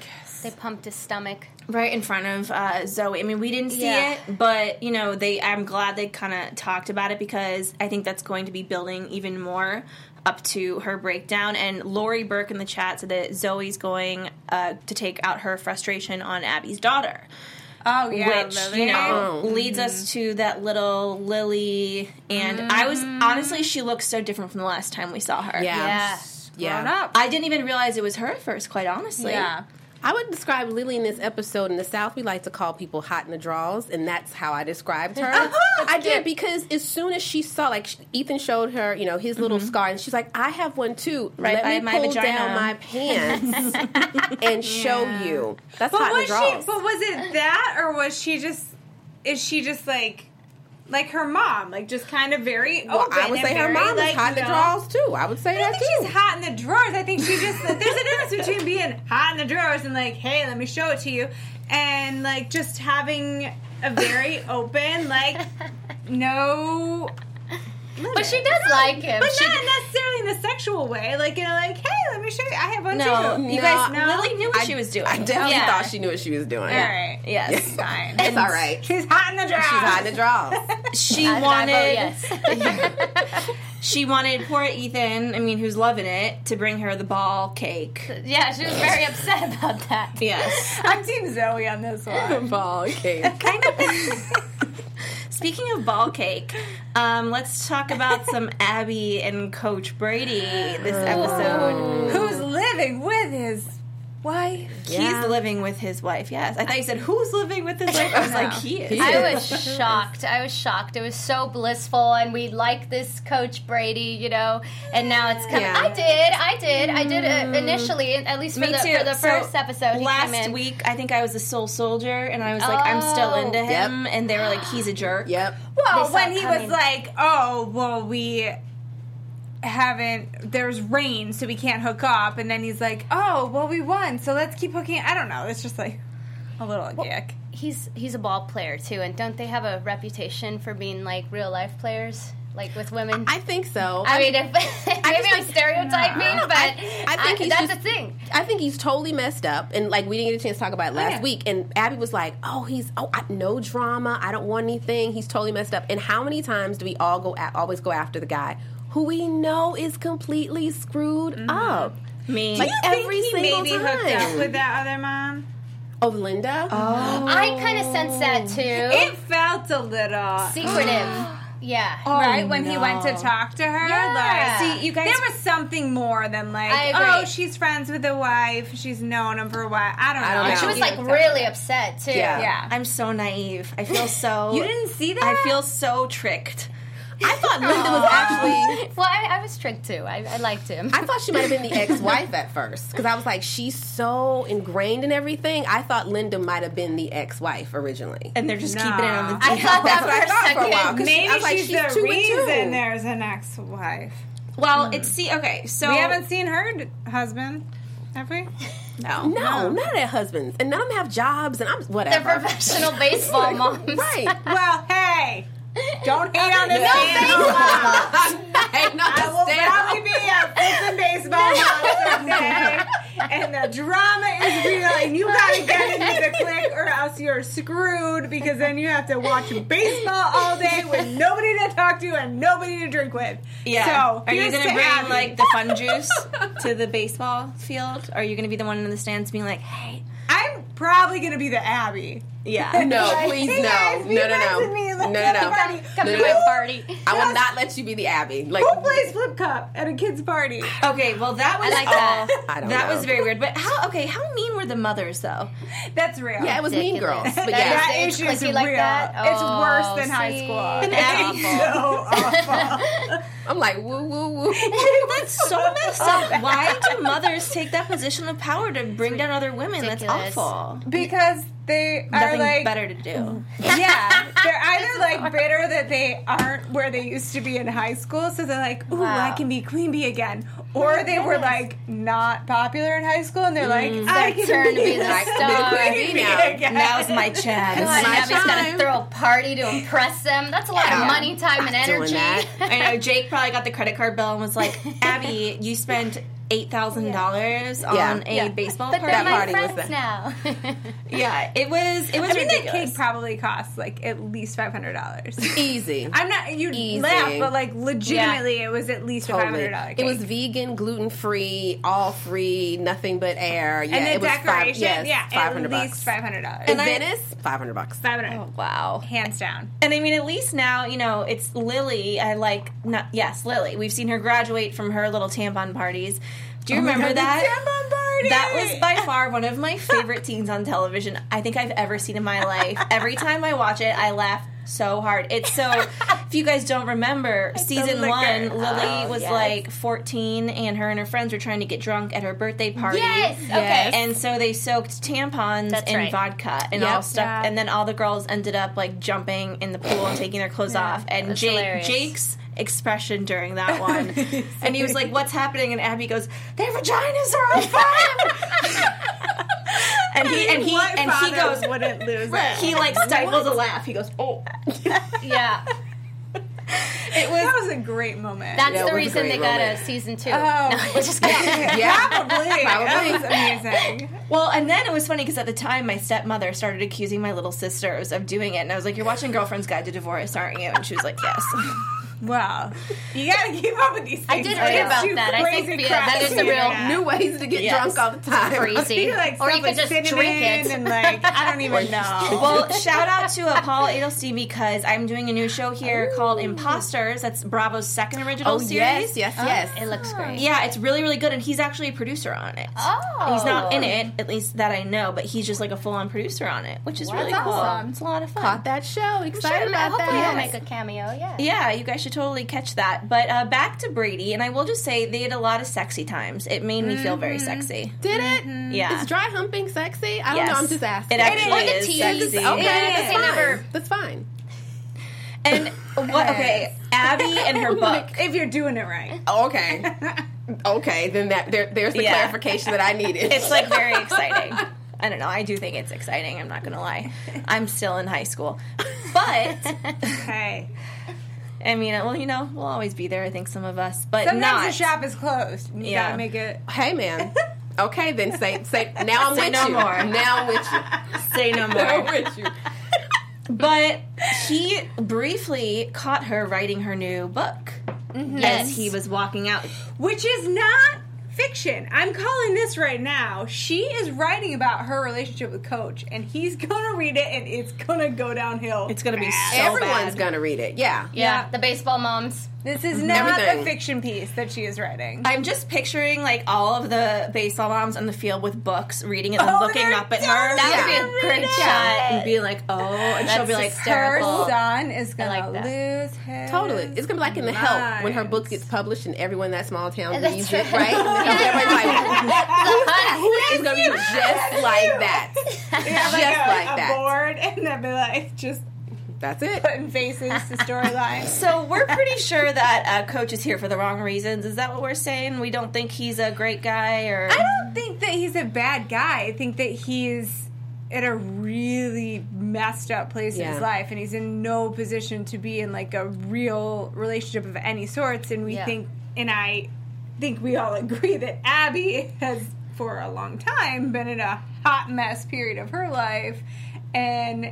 [SPEAKER 5] They pumped his stomach.
[SPEAKER 1] right in front of uh, Zoe. I mean, we didn't see
[SPEAKER 5] Yeah.
[SPEAKER 1] it, but you know, they. I'm glad they kind of talked about it because I think that's going to be building even more up to her breakdown. And Lori Burke in the chat said that Zoe's going uh, to take out her frustration on Abby's daughter
[SPEAKER 4] Oh yeah,
[SPEAKER 1] which
[SPEAKER 4] Lily.
[SPEAKER 1] you
[SPEAKER 3] Oh.
[SPEAKER 1] know leads us to that little Lily. And I was honestly, she looks so different from the last time we saw her.
[SPEAKER 3] Mm. Yeah.
[SPEAKER 5] Yeah.
[SPEAKER 3] Yeah.
[SPEAKER 4] Grown up.
[SPEAKER 1] I didn't even realize it was her at first. Quite honestly,
[SPEAKER 4] yeah.
[SPEAKER 3] I would describe Lily in this episode. In the South, we like to call people hot in the draws, and that's how I described her. I did because as soon as she saw, like sh- Ethan showed her, you know, his little scar, and she's like, "I have one too.
[SPEAKER 1] Right
[SPEAKER 3] Let
[SPEAKER 1] by
[SPEAKER 3] me
[SPEAKER 1] my
[SPEAKER 3] pull
[SPEAKER 1] vagina."
[SPEAKER 3] down my pants and show you." That's
[SPEAKER 4] But
[SPEAKER 3] hot in the
[SPEAKER 4] was
[SPEAKER 3] draws.
[SPEAKER 4] she? But was it that, or was she just? Is she just like, like her mom, like just kind of very
[SPEAKER 3] well,
[SPEAKER 4] open?
[SPEAKER 3] I would
[SPEAKER 4] and
[SPEAKER 3] say her
[SPEAKER 4] very,
[SPEAKER 3] mom
[SPEAKER 4] like,
[SPEAKER 3] is hot in
[SPEAKER 4] you
[SPEAKER 3] the
[SPEAKER 4] know-
[SPEAKER 3] draws too. I would say
[SPEAKER 4] I don't
[SPEAKER 3] that
[SPEAKER 4] think
[SPEAKER 3] too.
[SPEAKER 4] she's hot in the drawers. I think she just there's a difference between being hot in the drawers and like, hey, let me show it to you, and like just having
[SPEAKER 3] (laughs)
[SPEAKER 4] a very open, like, no.
[SPEAKER 5] But she does like him.
[SPEAKER 4] But
[SPEAKER 5] She-
[SPEAKER 4] not necessarily in a sexual way. Like, you know, like, hey, let me show you. I have one
[SPEAKER 1] No,
[SPEAKER 4] too.
[SPEAKER 1] you
[SPEAKER 3] No,
[SPEAKER 1] guys,
[SPEAKER 4] no.
[SPEAKER 1] Lily knew what
[SPEAKER 3] I-
[SPEAKER 1] she was doing.
[SPEAKER 3] I definitely
[SPEAKER 1] Yeah.
[SPEAKER 3] thought she knew what she was doing.
[SPEAKER 4] All right.
[SPEAKER 3] (laughs)
[SPEAKER 1] Yes,
[SPEAKER 4] Fine.
[SPEAKER 3] It's all right. She's
[SPEAKER 4] She's hot in the drawers.
[SPEAKER 3] hot in the draws.
[SPEAKER 1] she
[SPEAKER 5] I- I vote
[SPEAKER 1] wanted.
[SPEAKER 5] yes.
[SPEAKER 1] She wanted poor Ethan. I mean, who's loving it to bring her the ball
[SPEAKER 3] (laughs)
[SPEAKER 1] cake.
[SPEAKER 5] (laughs) yeah, she was very upset about (laughs) that.
[SPEAKER 1] Yes.
[SPEAKER 4] I'm Team Zoe on this one.
[SPEAKER 3] Ball cake.
[SPEAKER 1] kind of. (laughs) Speaking of ball cake, um, let's talk about some Abby and Coach Brady this
[SPEAKER 3] Oh.
[SPEAKER 1] episode.
[SPEAKER 4] Who's living with his wife?
[SPEAKER 3] Yeah.
[SPEAKER 1] He's living with his wife. Yes, I thought you said who's living with his wife. I was (laughs) like, he is.
[SPEAKER 5] I was shocked. I was shocked. It was so blissful, and we like this coach Brady, you know. And now it's coming.
[SPEAKER 1] Yeah.
[SPEAKER 5] I did. I did. I did uh, initially, at least for,
[SPEAKER 1] Me
[SPEAKER 5] the,
[SPEAKER 1] too.
[SPEAKER 5] for the
[SPEAKER 1] So,
[SPEAKER 5] first episode. He came
[SPEAKER 1] Last
[SPEAKER 5] in.
[SPEAKER 1] week, I think I was a soul soldier, and I was like, I'm still
[SPEAKER 5] Oh.
[SPEAKER 1] into him. And they were like, he's a jerk.
[SPEAKER 3] Yep.
[SPEAKER 4] Well,
[SPEAKER 5] saw
[SPEAKER 4] when
[SPEAKER 5] it
[SPEAKER 4] he
[SPEAKER 5] coming.
[SPEAKER 4] was like, "Oh, well, we haven't. There's rain, so we can't hook up," and then he's like, "Oh, well, we won, so let's keep hooking." I don't know. It's just like a little yuck.
[SPEAKER 5] he's he's a ball player too, and don't they have a reputation for being like real life players, like with women?
[SPEAKER 3] I think so.
[SPEAKER 5] I mean, if (laughs) maybe I
[SPEAKER 3] just
[SPEAKER 5] am
[SPEAKER 3] think-
[SPEAKER 5] stereotyping,
[SPEAKER 3] No,
[SPEAKER 5] but
[SPEAKER 3] I- I think he's
[SPEAKER 5] that's
[SPEAKER 3] just-
[SPEAKER 5] a thing.
[SPEAKER 3] I think he's totally messed up, and like we didn't get a chance to talk about it last
[SPEAKER 4] Oh, yeah.
[SPEAKER 3] week. And Abby was like, "Oh, he's oh, I, no drama. I don't want anything. He's totally messed up." And how many times do we all go a always go after the guy who we know is completely screwed up?
[SPEAKER 1] Me.
[SPEAKER 3] Like
[SPEAKER 4] I Mm-hmm. think
[SPEAKER 3] every
[SPEAKER 4] he
[SPEAKER 3] single
[SPEAKER 4] maybe hooked up
[SPEAKER 3] time.
[SPEAKER 4] with that other mom.
[SPEAKER 3] Oh, Linda. Oh,
[SPEAKER 5] I kind of sense that too.
[SPEAKER 4] It felt a little
[SPEAKER 5] Secretive, yeah.
[SPEAKER 4] right when he went to talk to her.
[SPEAKER 5] Yeah.
[SPEAKER 4] Like,
[SPEAKER 5] See, you
[SPEAKER 1] guys-
[SPEAKER 4] Oh, there was something more than
[SPEAKER 5] I
[SPEAKER 4] like,
[SPEAKER 5] agree.
[SPEAKER 4] "Oh, she's friends with the wife. She's known him for a while." I don't know.
[SPEAKER 3] I don't know.
[SPEAKER 5] She was
[SPEAKER 3] He
[SPEAKER 5] like really upset too.
[SPEAKER 3] Yeah.
[SPEAKER 4] "Yeah."
[SPEAKER 1] I'm so naive. I (laughs) feel so.
[SPEAKER 4] You didn't see that?
[SPEAKER 1] I feel so tricked.
[SPEAKER 3] I thought Linda
[SPEAKER 4] (laughs)
[SPEAKER 3] was actually.
[SPEAKER 5] (laughs) Well, I, I was tricked too. I, I liked him.
[SPEAKER 3] I thought she might have been the ex-wife at first because I was like, she's so ingrained in everything. I thought Linda might have been the ex-wife originally.
[SPEAKER 1] And they're just
[SPEAKER 4] Nah.
[SPEAKER 1] keeping it on the
[SPEAKER 5] I
[SPEAKER 1] DL.
[SPEAKER 5] thought that
[SPEAKER 3] That's what I thought for a while.
[SPEAKER 5] second.
[SPEAKER 3] 'cause
[SPEAKER 4] Maybe
[SPEAKER 3] I was like,
[SPEAKER 4] she's,
[SPEAKER 3] she's
[SPEAKER 4] the
[SPEAKER 3] two and two.
[SPEAKER 4] reason there's an ex-wife.
[SPEAKER 1] Well, it's see. Okay, so
[SPEAKER 4] We haven't seen her d- husband, have we?
[SPEAKER 1] Oh, No.
[SPEAKER 3] No, none of their husbands, and none of them have jobs, and I'm
[SPEAKER 5] They're
[SPEAKER 3] whatever.
[SPEAKER 5] professional baseball moms.
[SPEAKER 3] Right.
[SPEAKER 4] (laughs) Well, hey, don't hate on this
[SPEAKER 3] No
[SPEAKER 4] baseball.
[SPEAKER 3] Ain't no
[SPEAKER 4] I will
[SPEAKER 3] stand-
[SPEAKER 4] probably be a freaking baseball mom someday, and the drama is real. And you gotta get into the click, or else you're screwed. Because then you have to watch baseball all day with nobody to talk to and nobody to drink with.
[SPEAKER 1] Yeah.
[SPEAKER 4] So
[SPEAKER 1] Are you
[SPEAKER 4] here's
[SPEAKER 1] gonna
[SPEAKER 4] to
[SPEAKER 1] bring
[SPEAKER 4] Abby.
[SPEAKER 1] like the (laughs) fun juice to the baseball field? Are you gonna be the one in the stands being like, "Hey,
[SPEAKER 4] I'm probably gonna be the Abby.
[SPEAKER 1] (laughs) yeah,
[SPEAKER 3] No, please
[SPEAKER 4] Hey,
[SPEAKER 3] no,
[SPEAKER 4] guys, be
[SPEAKER 3] no, no,
[SPEAKER 4] friends
[SPEAKER 3] no,
[SPEAKER 4] with me.
[SPEAKER 3] no, no,
[SPEAKER 4] Let's
[SPEAKER 3] no.
[SPEAKER 4] have a party.
[SPEAKER 5] Come
[SPEAKER 3] No,
[SPEAKER 5] to
[SPEAKER 3] no,
[SPEAKER 5] my
[SPEAKER 3] no.
[SPEAKER 5] party.
[SPEAKER 3] I will not let you be the Abby. Like,
[SPEAKER 4] Who plays flip cup at a kid's party?
[SPEAKER 1] Okay, well that was
[SPEAKER 5] like
[SPEAKER 1] all-
[SPEAKER 5] that.
[SPEAKER 3] I don't
[SPEAKER 1] that
[SPEAKER 3] know.
[SPEAKER 1] was very weird. But how? Okay, how mean were the mothers though?
[SPEAKER 4] That's real.
[SPEAKER 3] yeah, it was Mean
[SPEAKER 5] Ridiculous.
[SPEAKER 3] Girls,
[SPEAKER 4] (laughs)
[SPEAKER 3] but
[SPEAKER 5] That
[SPEAKER 3] yeah,
[SPEAKER 4] that
[SPEAKER 5] Stage
[SPEAKER 4] issue is
[SPEAKER 5] clicky
[SPEAKER 4] real.
[SPEAKER 5] like that?
[SPEAKER 4] (laughs) it's worse than
[SPEAKER 5] Oh,
[SPEAKER 4] high
[SPEAKER 5] see.
[SPEAKER 4] school.
[SPEAKER 5] That's
[SPEAKER 4] It's so awful.
[SPEAKER 3] I'm like, woo, woo, woo.
[SPEAKER 1] That's so messed up. Why do mothers take that position of power to bring down other women? That's
[SPEAKER 5] Ridiculous.
[SPEAKER 1] awful.
[SPEAKER 4] (laughs) because they are
[SPEAKER 1] Nothing
[SPEAKER 4] like
[SPEAKER 1] better to do.
[SPEAKER 4] yeah, they're either like bitter that they aren't where they used to be in high school, so they're like, "Ooh,
[SPEAKER 5] Wow.
[SPEAKER 4] I can be queen bee again," or they were like not popular in high school and they're like, "I can
[SPEAKER 5] turn to
[SPEAKER 4] be,
[SPEAKER 5] be the
[SPEAKER 4] a (laughs)
[SPEAKER 5] star.
[SPEAKER 4] queen
[SPEAKER 3] Be
[SPEAKER 4] bee
[SPEAKER 3] now.
[SPEAKER 4] again." (laughs)
[SPEAKER 1] Now's my
[SPEAKER 5] (laughs)
[SPEAKER 1] chance.
[SPEAKER 5] God,
[SPEAKER 3] my
[SPEAKER 5] now he's got
[SPEAKER 3] time.
[SPEAKER 5] to throw a party to impress them. That's a lot
[SPEAKER 3] Yeah.
[SPEAKER 5] of money, time, and
[SPEAKER 3] doing
[SPEAKER 5] energy. (laughs)
[SPEAKER 3] that.
[SPEAKER 1] I know Jake probably got the credit card bill and was like, "Abby, you spent eight thousand dollars on
[SPEAKER 3] Yeah.
[SPEAKER 1] a
[SPEAKER 3] Yeah.
[SPEAKER 1] baseball
[SPEAKER 5] but
[SPEAKER 1] party."
[SPEAKER 5] they're my
[SPEAKER 3] party was
[SPEAKER 5] friends
[SPEAKER 3] the-
[SPEAKER 5] now.
[SPEAKER 1] yeah, it was. It was
[SPEAKER 4] I mean, that
[SPEAKER 1] ridiculous.
[SPEAKER 4] cake probably costs like at least five hundred dollars.
[SPEAKER 3] Easy.
[SPEAKER 4] I'm not you
[SPEAKER 3] Easy.
[SPEAKER 4] laugh, but like legitimately, it was at least a five hundred dollar cake.
[SPEAKER 3] It was vegan, gluten free, all free, nothing but air. Yeah,
[SPEAKER 4] and the
[SPEAKER 3] it was
[SPEAKER 4] decoration,
[SPEAKER 3] five, yes,
[SPEAKER 4] yeah,
[SPEAKER 3] five hundred
[SPEAKER 4] at
[SPEAKER 3] bucks.
[SPEAKER 4] least five hundred dollars.
[SPEAKER 3] In
[SPEAKER 1] I-
[SPEAKER 3] Venice, five hundred bucks.
[SPEAKER 4] Five hundred,
[SPEAKER 1] Oh, wow.
[SPEAKER 4] hands down.
[SPEAKER 1] And I mean, at least now, you know, it's Lily. I like, not, yes, Lily. We've seen her graduate from her little tampon parties. Do you remember
[SPEAKER 3] God, the
[SPEAKER 1] that?
[SPEAKER 3] tampon party!
[SPEAKER 1] That was by far one of my favorite teens on television I think I've ever seen in my life. Every time I watch it, I laugh so hard. It's so, if you guys don't
[SPEAKER 5] (laughs)
[SPEAKER 1] remember, season
[SPEAKER 4] liquor.
[SPEAKER 1] one, Lily was
[SPEAKER 5] Oh, yes.
[SPEAKER 1] like 14 and her and her friends were trying to get drunk at her birthday party.
[SPEAKER 5] (laughs) yes. Okay.
[SPEAKER 1] And so they soaked tampons
[SPEAKER 5] That's
[SPEAKER 1] in
[SPEAKER 5] right.
[SPEAKER 1] vodka and
[SPEAKER 3] Yep.
[SPEAKER 1] all stuff,
[SPEAKER 4] Yeah.
[SPEAKER 1] and then all the girls ended up like jumping in the pool and taking their clothes off. And
[SPEAKER 5] That's
[SPEAKER 1] Jake,
[SPEAKER 5] hilarious.
[SPEAKER 1] Jake's expression during
[SPEAKER 4] (laughs)
[SPEAKER 1] that one, and he was like, "What's happening?" And Abby goes, "Their vaginas are on
[SPEAKER 4] (laughs)
[SPEAKER 1] fire." and he and he
[SPEAKER 4] What
[SPEAKER 1] and he
[SPEAKER 4] father
[SPEAKER 1] goes,
[SPEAKER 4] wouldn't lose it.
[SPEAKER 1] he like stifles a laugh. He goes,
[SPEAKER 4] (laughs)
[SPEAKER 1] "Oh."
[SPEAKER 5] yeah.
[SPEAKER 4] It was that was a great moment.
[SPEAKER 5] That's
[SPEAKER 3] Yeah, it was
[SPEAKER 5] the
[SPEAKER 3] a
[SPEAKER 5] reason
[SPEAKER 3] great
[SPEAKER 5] they got
[SPEAKER 3] romance.
[SPEAKER 5] a season two.
[SPEAKER 4] Oh.
[SPEAKER 5] (laughs) No, I'm just
[SPEAKER 3] (laughs)
[SPEAKER 5] kidding.
[SPEAKER 3] Yeah.
[SPEAKER 4] Probably. That was amazing.
[SPEAKER 1] Well, and then it was funny because at the time my stepmother started accusing my little sisters of doing it, and I was like, "You're watching Girlfriend's Guide to Divorce, aren't you?" And she was like, "Yes."
[SPEAKER 4] Wow. You gotta keep up with these things.
[SPEAKER 5] I did read about that. I think yeah, that is the real
[SPEAKER 3] New ways to get
[SPEAKER 1] Yes.
[SPEAKER 3] drunk all the time. (laughs)
[SPEAKER 5] crazy.
[SPEAKER 4] You like
[SPEAKER 5] or
[SPEAKER 4] stuff
[SPEAKER 5] you could
[SPEAKER 4] with
[SPEAKER 5] just
[SPEAKER 4] cinnamon
[SPEAKER 5] drink it.
[SPEAKER 4] and like I
[SPEAKER 5] (laughs)
[SPEAKER 4] don't even know.
[SPEAKER 1] Well, shout out to uh, Paul Adelstein because I'm doing a new show here called Imposters. That's Bravo's second original
[SPEAKER 3] Oh
[SPEAKER 1] series.
[SPEAKER 3] yes, yes, yes.
[SPEAKER 5] It looks great.
[SPEAKER 1] Yeah, it's really, really good, and he's actually a producer on it.
[SPEAKER 5] Oh.
[SPEAKER 1] He's not in it, at least that I know, but he's just like a full on producer on it, which is really
[SPEAKER 5] that's
[SPEAKER 1] cool.
[SPEAKER 5] awesome.
[SPEAKER 1] It's a lot of fun.
[SPEAKER 3] Caught that show. Excited
[SPEAKER 5] Sure,
[SPEAKER 3] about
[SPEAKER 5] hopefully
[SPEAKER 3] that.
[SPEAKER 5] he'll make a cameo. Yeah.
[SPEAKER 1] Yeah, you guys should totally catch that. But uh, back to Brady, and I will just say they had a lot of sexy times. It made me feel very sexy.
[SPEAKER 3] Did it?
[SPEAKER 1] Mm-hmm. Yeah.
[SPEAKER 3] Is Mm-hmm. dry humping sexy? I don't
[SPEAKER 1] Yes.
[SPEAKER 3] know. I'm just asking.
[SPEAKER 1] It actually
[SPEAKER 5] On the
[SPEAKER 1] is
[SPEAKER 5] tees.
[SPEAKER 1] sexy.
[SPEAKER 3] Okay,
[SPEAKER 5] Yeah,
[SPEAKER 3] that's
[SPEAKER 5] they
[SPEAKER 3] fine.
[SPEAKER 5] never-
[SPEAKER 3] That's fine.
[SPEAKER 1] And what? Okay, Abby and
[SPEAKER 3] (laughs) Oh
[SPEAKER 1] her book.
[SPEAKER 4] if you're doing it right.
[SPEAKER 5] Oh.
[SPEAKER 3] Okay. (laughs) okay, then that there, there's the
[SPEAKER 1] Yeah.
[SPEAKER 3] clarification that I needed.
[SPEAKER 1] (laughs) It's like very exciting. I don't know. I do think it's exciting. I'm not going to lie. I'm still in high school. But,
[SPEAKER 4] Okay.
[SPEAKER 1] I mean, well, you know, we'll always be there, I think, some of us. But
[SPEAKER 4] Sometimes
[SPEAKER 1] not.
[SPEAKER 4] the shop is closed. You
[SPEAKER 1] Yeah.
[SPEAKER 4] gotta make it
[SPEAKER 3] hey man. Okay, then say say now I'm
[SPEAKER 1] Say
[SPEAKER 3] with
[SPEAKER 1] no
[SPEAKER 3] you.
[SPEAKER 1] more.
[SPEAKER 3] Now I'm with
[SPEAKER 1] (laughs)
[SPEAKER 3] you.
[SPEAKER 1] Say no
[SPEAKER 3] (laughs) Now I'm
[SPEAKER 1] more.
[SPEAKER 3] with you.
[SPEAKER 1] but he briefly caught her writing her new book
[SPEAKER 5] Yes.
[SPEAKER 1] as he was walking out.
[SPEAKER 4] which is not fiction. I'm calling this right now. She is writing about her relationship with Coach, and he's gonna read it, and it's gonna go downhill.
[SPEAKER 1] It's going to be
[SPEAKER 4] fast.
[SPEAKER 1] so
[SPEAKER 3] Everyone's
[SPEAKER 1] bad.
[SPEAKER 3] gonna read it. Yeah.
[SPEAKER 5] Yeah,
[SPEAKER 4] Yeah.
[SPEAKER 5] the baseball moms.
[SPEAKER 4] This is not
[SPEAKER 3] Everything.
[SPEAKER 4] a fiction piece that she is writing.
[SPEAKER 1] I'm just picturing like all of the baseball moms on the field with books, reading it and
[SPEAKER 4] Oh,
[SPEAKER 1] looking
[SPEAKER 4] they're
[SPEAKER 1] up at
[SPEAKER 4] done.
[SPEAKER 1] her.
[SPEAKER 5] That
[SPEAKER 3] Yeah.
[SPEAKER 5] would be a great shot.
[SPEAKER 1] and being like, oh, and she'll
[SPEAKER 5] That's
[SPEAKER 1] be like,
[SPEAKER 4] her
[SPEAKER 5] hysterical.
[SPEAKER 4] son is
[SPEAKER 5] I
[SPEAKER 4] gonna
[SPEAKER 5] like
[SPEAKER 4] lose his
[SPEAKER 3] Totally. It's gonna be like in the help when her
[SPEAKER 4] Nice.
[SPEAKER 3] book gets published and everyone in that small town
[SPEAKER 5] That's
[SPEAKER 3] reads it,
[SPEAKER 4] (laughs)
[SPEAKER 5] right.
[SPEAKER 3] right? And everybody's like, who is gonna be just like
[SPEAKER 4] (laughs)
[SPEAKER 3] that?
[SPEAKER 4] Have, like,
[SPEAKER 3] just
[SPEAKER 4] a,
[SPEAKER 3] like
[SPEAKER 4] a
[SPEAKER 3] that.
[SPEAKER 4] board, and they'll be like just
[SPEAKER 3] That's it.
[SPEAKER 4] putting faces to storylines.
[SPEAKER 1] So we're pretty sure that uh, Coach is here for the wrong reasons. Is that what we're saying? We don't think he's a great guy, or
[SPEAKER 4] I don't think that he's a bad guy. I think that he's at a really messed up place in
[SPEAKER 3] Yeah.
[SPEAKER 4] his life, and he's in no position to be in like a real relationship of any sorts. And we
[SPEAKER 5] Yeah.
[SPEAKER 4] think, and I think we all agree that Abby has, for a long time, been in a hot mess period of her life, and.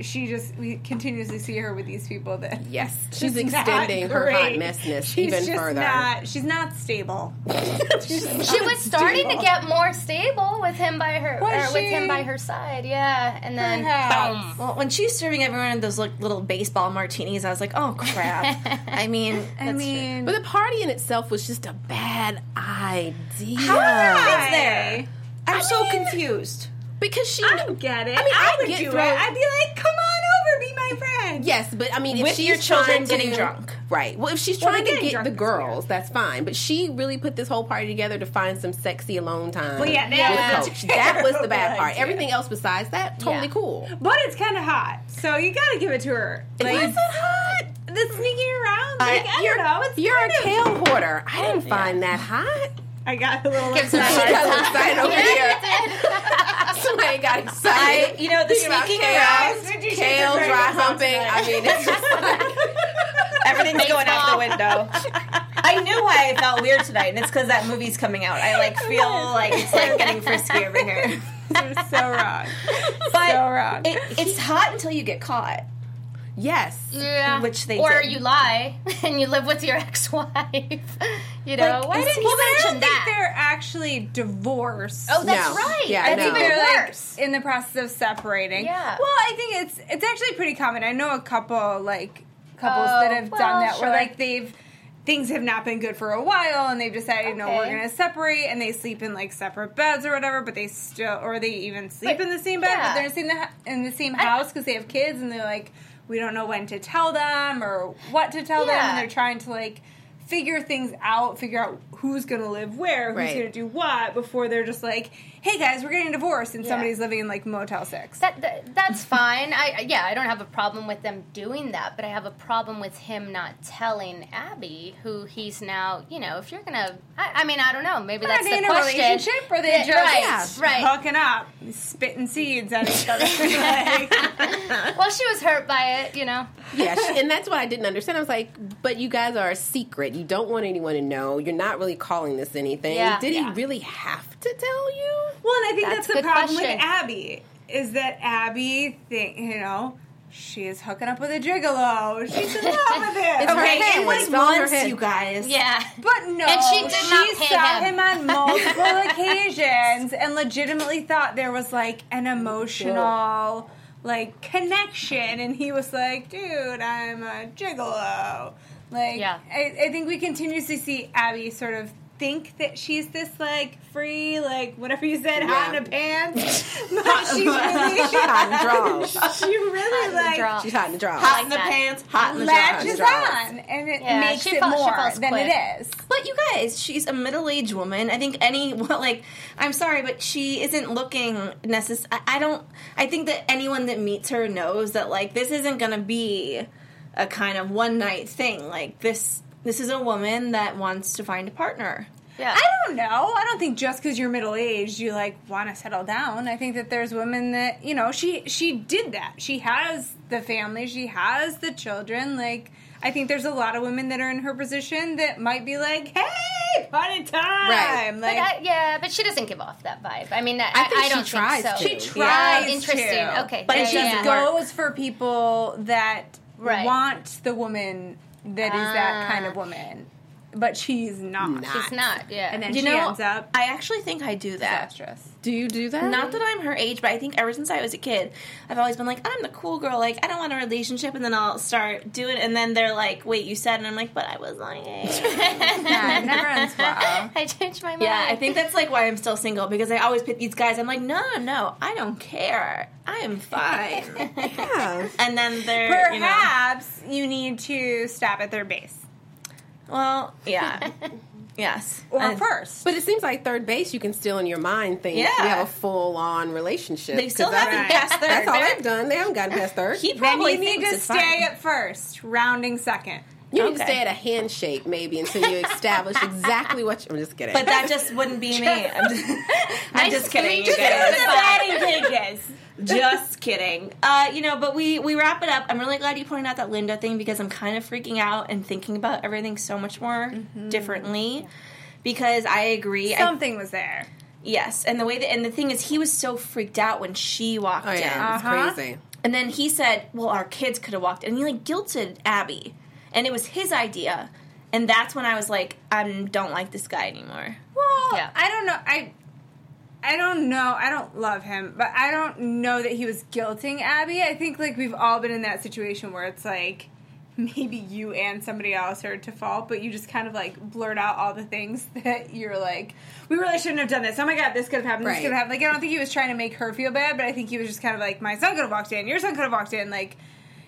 [SPEAKER 4] She just we continuously see her with these people that (laughs)
[SPEAKER 3] Yes.
[SPEAKER 4] it's
[SPEAKER 3] She's
[SPEAKER 4] just
[SPEAKER 3] extending
[SPEAKER 4] not
[SPEAKER 3] her hot
[SPEAKER 4] great.
[SPEAKER 3] messness
[SPEAKER 4] She's
[SPEAKER 3] even
[SPEAKER 4] just
[SPEAKER 3] further.
[SPEAKER 4] Not, she's not stable.
[SPEAKER 5] She was starting to get more stable with him by her
[SPEAKER 4] Was
[SPEAKER 5] or with
[SPEAKER 4] she?
[SPEAKER 5] him by her side. Yeah, and then
[SPEAKER 4] Perhaps.
[SPEAKER 5] boom.
[SPEAKER 1] Well, when she's serving everyone those like, little baseball martinis, I was like, oh
[SPEAKER 4] (laughs)
[SPEAKER 1] crap. I mean,
[SPEAKER 4] I mean,
[SPEAKER 3] But the party in itself was just a bad idea.
[SPEAKER 1] how are the kids
[SPEAKER 4] Why?
[SPEAKER 1] there? I'm so
[SPEAKER 3] mean-
[SPEAKER 1] confused.
[SPEAKER 3] Because she
[SPEAKER 4] I don't get it. I,
[SPEAKER 3] mean, I
[SPEAKER 4] would
[SPEAKER 3] get
[SPEAKER 4] do
[SPEAKER 3] thrown-
[SPEAKER 4] it. I'd be like, "Come on over, be my friend."
[SPEAKER 3] Yes, but I mean, if
[SPEAKER 1] With
[SPEAKER 3] she's
[SPEAKER 1] your children
[SPEAKER 3] trying to-
[SPEAKER 1] getting drunk.
[SPEAKER 3] Right. Well, if she's
[SPEAKER 4] Well,
[SPEAKER 3] trying
[SPEAKER 4] they're
[SPEAKER 3] to
[SPEAKER 4] getting
[SPEAKER 3] get
[SPEAKER 4] drunk
[SPEAKER 3] the
[SPEAKER 4] this year.
[SPEAKER 3] girls, that's fine. But she really put this whole party together to find some sexy alone time.
[SPEAKER 4] Well, yeah, that
[SPEAKER 3] that,
[SPEAKER 5] was a
[SPEAKER 3] was, that
[SPEAKER 4] (laughs)
[SPEAKER 3] was the bad
[SPEAKER 4] terrible
[SPEAKER 3] part.
[SPEAKER 4] idea.
[SPEAKER 3] Everything else besides that, totally
[SPEAKER 5] Yeah.
[SPEAKER 3] cool.
[SPEAKER 4] But it's kind of hot, so you gotta give it to her. Like,
[SPEAKER 3] wasn't hot.
[SPEAKER 4] the sneaking around, like, I,
[SPEAKER 3] you're
[SPEAKER 4] don't know. It's
[SPEAKER 3] you're a
[SPEAKER 4] kind
[SPEAKER 3] kale
[SPEAKER 4] of-
[SPEAKER 3] hoarder. I didn't find that (laughs) hot.
[SPEAKER 4] I got a little. (laughs)
[SPEAKER 5] Gives her a
[SPEAKER 3] She
[SPEAKER 5] hard
[SPEAKER 3] got
[SPEAKER 5] time.
[SPEAKER 3] excited over here. (laughs) Somebody got excited.
[SPEAKER 1] I- you know, the
[SPEAKER 3] Thinking about
[SPEAKER 1] sneaking
[SPEAKER 4] around-
[SPEAKER 3] kale, kale dry humping. I (laughs) mean, it's just
[SPEAKER 1] Everything's going out the
[SPEAKER 4] (laughs)
[SPEAKER 1] window. I knew why I felt weird tonight, and it's because that movie's coming out. I
[SPEAKER 4] (laughs)
[SPEAKER 1] like feel like it's like getting frisky over here.
[SPEAKER 4] You're so wrong.
[SPEAKER 1] But
[SPEAKER 4] (laughs) So wrong.
[SPEAKER 1] It, it's hot until you get caught.
[SPEAKER 3] yes.
[SPEAKER 5] yeah.
[SPEAKER 1] Which they
[SPEAKER 5] or
[SPEAKER 1] did.
[SPEAKER 5] you lie (laughs) and you live with your (laughs) ex-wife. You know
[SPEAKER 1] Like,
[SPEAKER 5] why
[SPEAKER 1] it's-
[SPEAKER 5] didn't he
[SPEAKER 1] well,
[SPEAKER 4] I don't
[SPEAKER 5] mention
[SPEAKER 4] think
[SPEAKER 5] that?
[SPEAKER 4] they're actually divorced.
[SPEAKER 5] Oh, that's
[SPEAKER 3] No.
[SPEAKER 5] right.
[SPEAKER 3] Yeah,
[SPEAKER 5] that's
[SPEAKER 3] no.
[SPEAKER 5] even
[SPEAKER 4] they're like
[SPEAKER 5] worse.
[SPEAKER 4] in the process of separating.
[SPEAKER 5] Yeah.
[SPEAKER 4] Well, I think it's it's actually pretty common. I know a couple like couples
[SPEAKER 5] Oh,
[SPEAKER 4] that have
[SPEAKER 5] well,
[SPEAKER 4] done that
[SPEAKER 5] sure.
[SPEAKER 4] where like they've things have not been good for a while and they've decided no we're
[SPEAKER 5] Okay.
[SPEAKER 4] going to separate and they sleep in like separate beds or whatever but they still or they even sleep
[SPEAKER 5] But-
[SPEAKER 4] in the same bed
[SPEAKER 5] yeah.
[SPEAKER 4] but they're in the, same- in the same house cuz they have kids and they're like we don't know when to tell them or what to tell them
[SPEAKER 5] Yeah.
[SPEAKER 4] and they're trying to like figure things out figure out who's going to live where who's
[SPEAKER 3] Right.
[SPEAKER 4] going to do what before they're just like hey guys we're getting divorced and
[SPEAKER 5] Yeah.
[SPEAKER 4] somebody's living in like motel 6
[SPEAKER 5] That, that that's fine. I I- yeah, I don't have a problem with them doing that, but I have a problem with him not telling Abby who he's now. You know, if you're gonna, I, I mean, I don't know. Maybe that's
[SPEAKER 4] Are
[SPEAKER 5] the
[SPEAKER 4] they in a
[SPEAKER 5] question.
[SPEAKER 4] relationship or are they
[SPEAKER 5] Yeah,
[SPEAKER 4] just
[SPEAKER 5] right, right.
[SPEAKER 4] hooking up, spitting seeds at each
[SPEAKER 5] (laughs)
[SPEAKER 4] other? Like,
[SPEAKER 5] (laughs) Well, she was hurt by it, you know.
[SPEAKER 3] Yeah, she- and that's what I didn't understand. I was like, but you guys are a secret. You don't want anyone to know. You're not really calling this anything.
[SPEAKER 5] Yeah.
[SPEAKER 3] Did
[SPEAKER 5] Yeah.
[SPEAKER 3] he really have to tell you?
[SPEAKER 4] well, and I think
[SPEAKER 5] That's
[SPEAKER 4] that's,
[SPEAKER 5] a
[SPEAKER 4] the
[SPEAKER 5] good
[SPEAKER 4] problem
[SPEAKER 5] question.
[SPEAKER 4] with Abby is that Abby think you know she is hooking up with a gigolo. She's in love with him.
[SPEAKER 3] It's her
[SPEAKER 1] Okay,
[SPEAKER 3] head.
[SPEAKER 1] it was
[SPEAKER 3] It's all in her
[SPEAKER 1] once,
[SPEAKER 3] head.
[SPEAKER 1] you guys.
[SPEAKER 5] (laughs) Yeah.
[SPEAKER 4] But no,
[SPEAKER 5] And she did not pay
[SPEAKER 4] saw
[SPEAKER 5] him.
[SPEAKER 4] him. on
[SPEAKER 5] (laughs)
[SPEAKER 4] multiple occasions and legitimately thought there was like an emotional like connection, and he was like, "Dude, I'm a gigolo." Like,
[SPEAKER 5] Yeah.
[SPEAKER 4] I, I think we continuously see Abby sort of think that she's this like free, like whatever you said,
[SPEAKER 3] Yeah.
[SPEAKER 4] hot in a pan. but she's really,
[SPEAKER 3] She's (laughs) hot in the draws.
[SPEAKER 4] she really
[SPEAKER 5] the draw.
[SPEAKER 4] like
[SPEAKER 3] She's hot in the draws.
[SPEAKER 1] Hot in the
[SPEAKER 5] Like that.
[SPEAKER 1] pants, hot in the drawers.
[SPEAKER 4] latches
[SPEAKER 3] draws.
[SPEAKER 4] on, and it
[SPEAKER 5] Yeah,
[SPEAKER 4] makes
[SPEAKER 5] she
[SPEAKER 4] it
[SPEAKER 5] fall- she
[SPEAKER 4] more
[SPEAKER 5] falls
[SPEAKER 4] than
[SPEAKER 5] quick.
[SPEAKER 4] it is.
[SPEAKER 1] But you guys, she's a middle-aged woman. I think any (laughs) well, like I'm sorry, but she isn't looking necess. I, I don't. I think that anyone that meets her knows that like this isn't going to be a kind of one night thing. Like this, this is a woman that wants to find a partner.
[SPEAKER 5] Yeah.
[SPEAKER 4] I don't know. I don't think just because you're middle aged, you like want to settle down. I think that there's women that you know she she did that. She has the family. She has the children. Like I think there's a lot of women that are in her position that might be like, hey, party time.
[SPEAKER 3] Right.
[SPEAKER 5] But
[SPEAKER 4] Like
[SPEAKER 5] I, yeah, but she doesn't give off that vibe. I mean, I,
[SPEAKER 3] I think
[SPEAKER 5] I
[SPEAKER 3] she
[SPEAKER 5] don't
[SPEAKER 3] tries
[SPEAKER 5] think so.
[SPEAKER 3] to. She
[SPEAKER 4] tries
[SPEAKER 5] Yeah,
[SPEAKER 4] to.
[SPEAKER 5] interesting. Okay,
[SPEAKER 1] But
[SPEAKER 5] yeah,
[SPEAKER 1] she
[SPEAKER 4] she
[SPEAKER 5] yeah, yeah.
[SPEAKER 4] goes for people that
[SPEAKER 5] Right.
[SPEAKER 4] want the woman that is that
[SPEAKER 5] Ah.
[SPEAKER 4] kind of woman, but she's not.
[SPEAKER 5] She's not. Yeah.
[SPEAKER 4] And then
[SPEAKER 1] You
[SPEAKER 4] she
[SPEAKER 1] know,
[SPEAKER 4] ends up
[SPEAKER 1] I actually think I do that.
[SPEAKER 5] (laughs)
[SPEAKER 4] disastrous.
[SPEAKER 3] Do you do that?
[SPEAKER 1] Not that I'm her age, but I think ever since I was a kid, I've always been like, I'm the cool girl. Like, I don't want a relationship. And then I'll start doing it. And then they're like, wait, you said. And I'm like, but I was lying.
[SPEAKER 4] Yeah, it never ends well.
[SPEAKER 5] I changed my mind.
[SPEAKER 1] yeah, I think that's like why I'm still single because I always pick these guys. I'm like, no, no, no, I don't care. I am fine.
[SPEAKER 3] (laughs) Yeah.
[SPEAKER 1] and then they're, you know,
[SPEAKER 4] Perhaps you, need to stop at their base
[SPEAKER 1] well, yeah. Yes.
[SPEAKER 4] or
[SPEAKER 1] And
[SPEAKER 4] first.
[SPEAKER 3] But it seems like third base, you can still in your mind think
[SPEAKER 1] Yeah.
[SPEAKER 3] you have a full on relationship.
[SPEAKER 1] They still
[SPEAKER 3] 'Cause that's-
[SPEAKER 1] haven't
[SPEAKER 4] right.
[SPEAKER 1] passed their.
[SPEAKER 3] That's all I've done. They haven't gotten past
[SPEAKER 1] (laughs)
[SPEAKER 3] third.
[SPEAKER 1] He
[SPEAKER 4] Then
[SPEAKER 1] probably
[SPEAKER 4] you need
[SPEAKER 1] thinks
[SPEAKER 4] to
[SPEAKER 1] it's
[SPEAKER 4] stay
[SPEAKER 1] fine.
[SPEAKER 4] at first, rounding second.
[SPEAKER 3] you need to
[SPEAKER 1] Okay.
[SPEAKER 3] stay at a handshake maybe until you establish exactly what. You, I'm just kidding.
[SPEAKER 1] But that just wouldn't be me. I'm just, I'm
[SPEAKER 5] Nice
[SPEAKER 1] just
[SPEAKER 5] to
[SPEAKER 1] kidding,
[SPEAKER 5] meet
[SPEAKER 1] you
[SPEAKER 5] you.
[SPEAKER 1] guys.
[SPEAKER 4] Goodbye.
[SPEAKER 1] Batting cages. Just kidding. Uh, you know, but we we wrap it up. I'm really glad you pointed out that Linda thing because I'm kind of freaking out and thinking about everything so much more differently. Because I agree. I,
[SPEAKER 4] Something was there.
[SPEAKER 1] yes, and the way that and the thing is, he was so freaked out when she walked
[SPEAKER 3] (laughs) oh
[SPEAKER 1] in.
[SPEAKER 3] yeah,
[SPEAKER 4] Uh-huh.
[SPEAKER 3] it's crazy.
[SPEAKER 1] And then he said, "Well, our kids could have walked," in." and he like guilted Abby, and it was his idea. And that's when I was like, "I don't like this guy anymore."
[SPEAKER 4] Well,
[SPEAKER 5] Yeah.
[SPEAKER 4] I don't know. I I don't know. I don't love him, but I don't know that he was guilting Abby. I think like we've all been in that situation where it's like maybe you and somebody else are to fault, but you just kind of like blurt out all the things (laughs) that you're like, we really shouldn't have done this. Oh my god, this could have happened. This
[SPEAKER 3] Right.
[SPEAKER 4] could have happened. Like I don't think he was trying to make her feel bad, but I think he was just kind of like, my son could have walked in. Your son could have walked in. Like.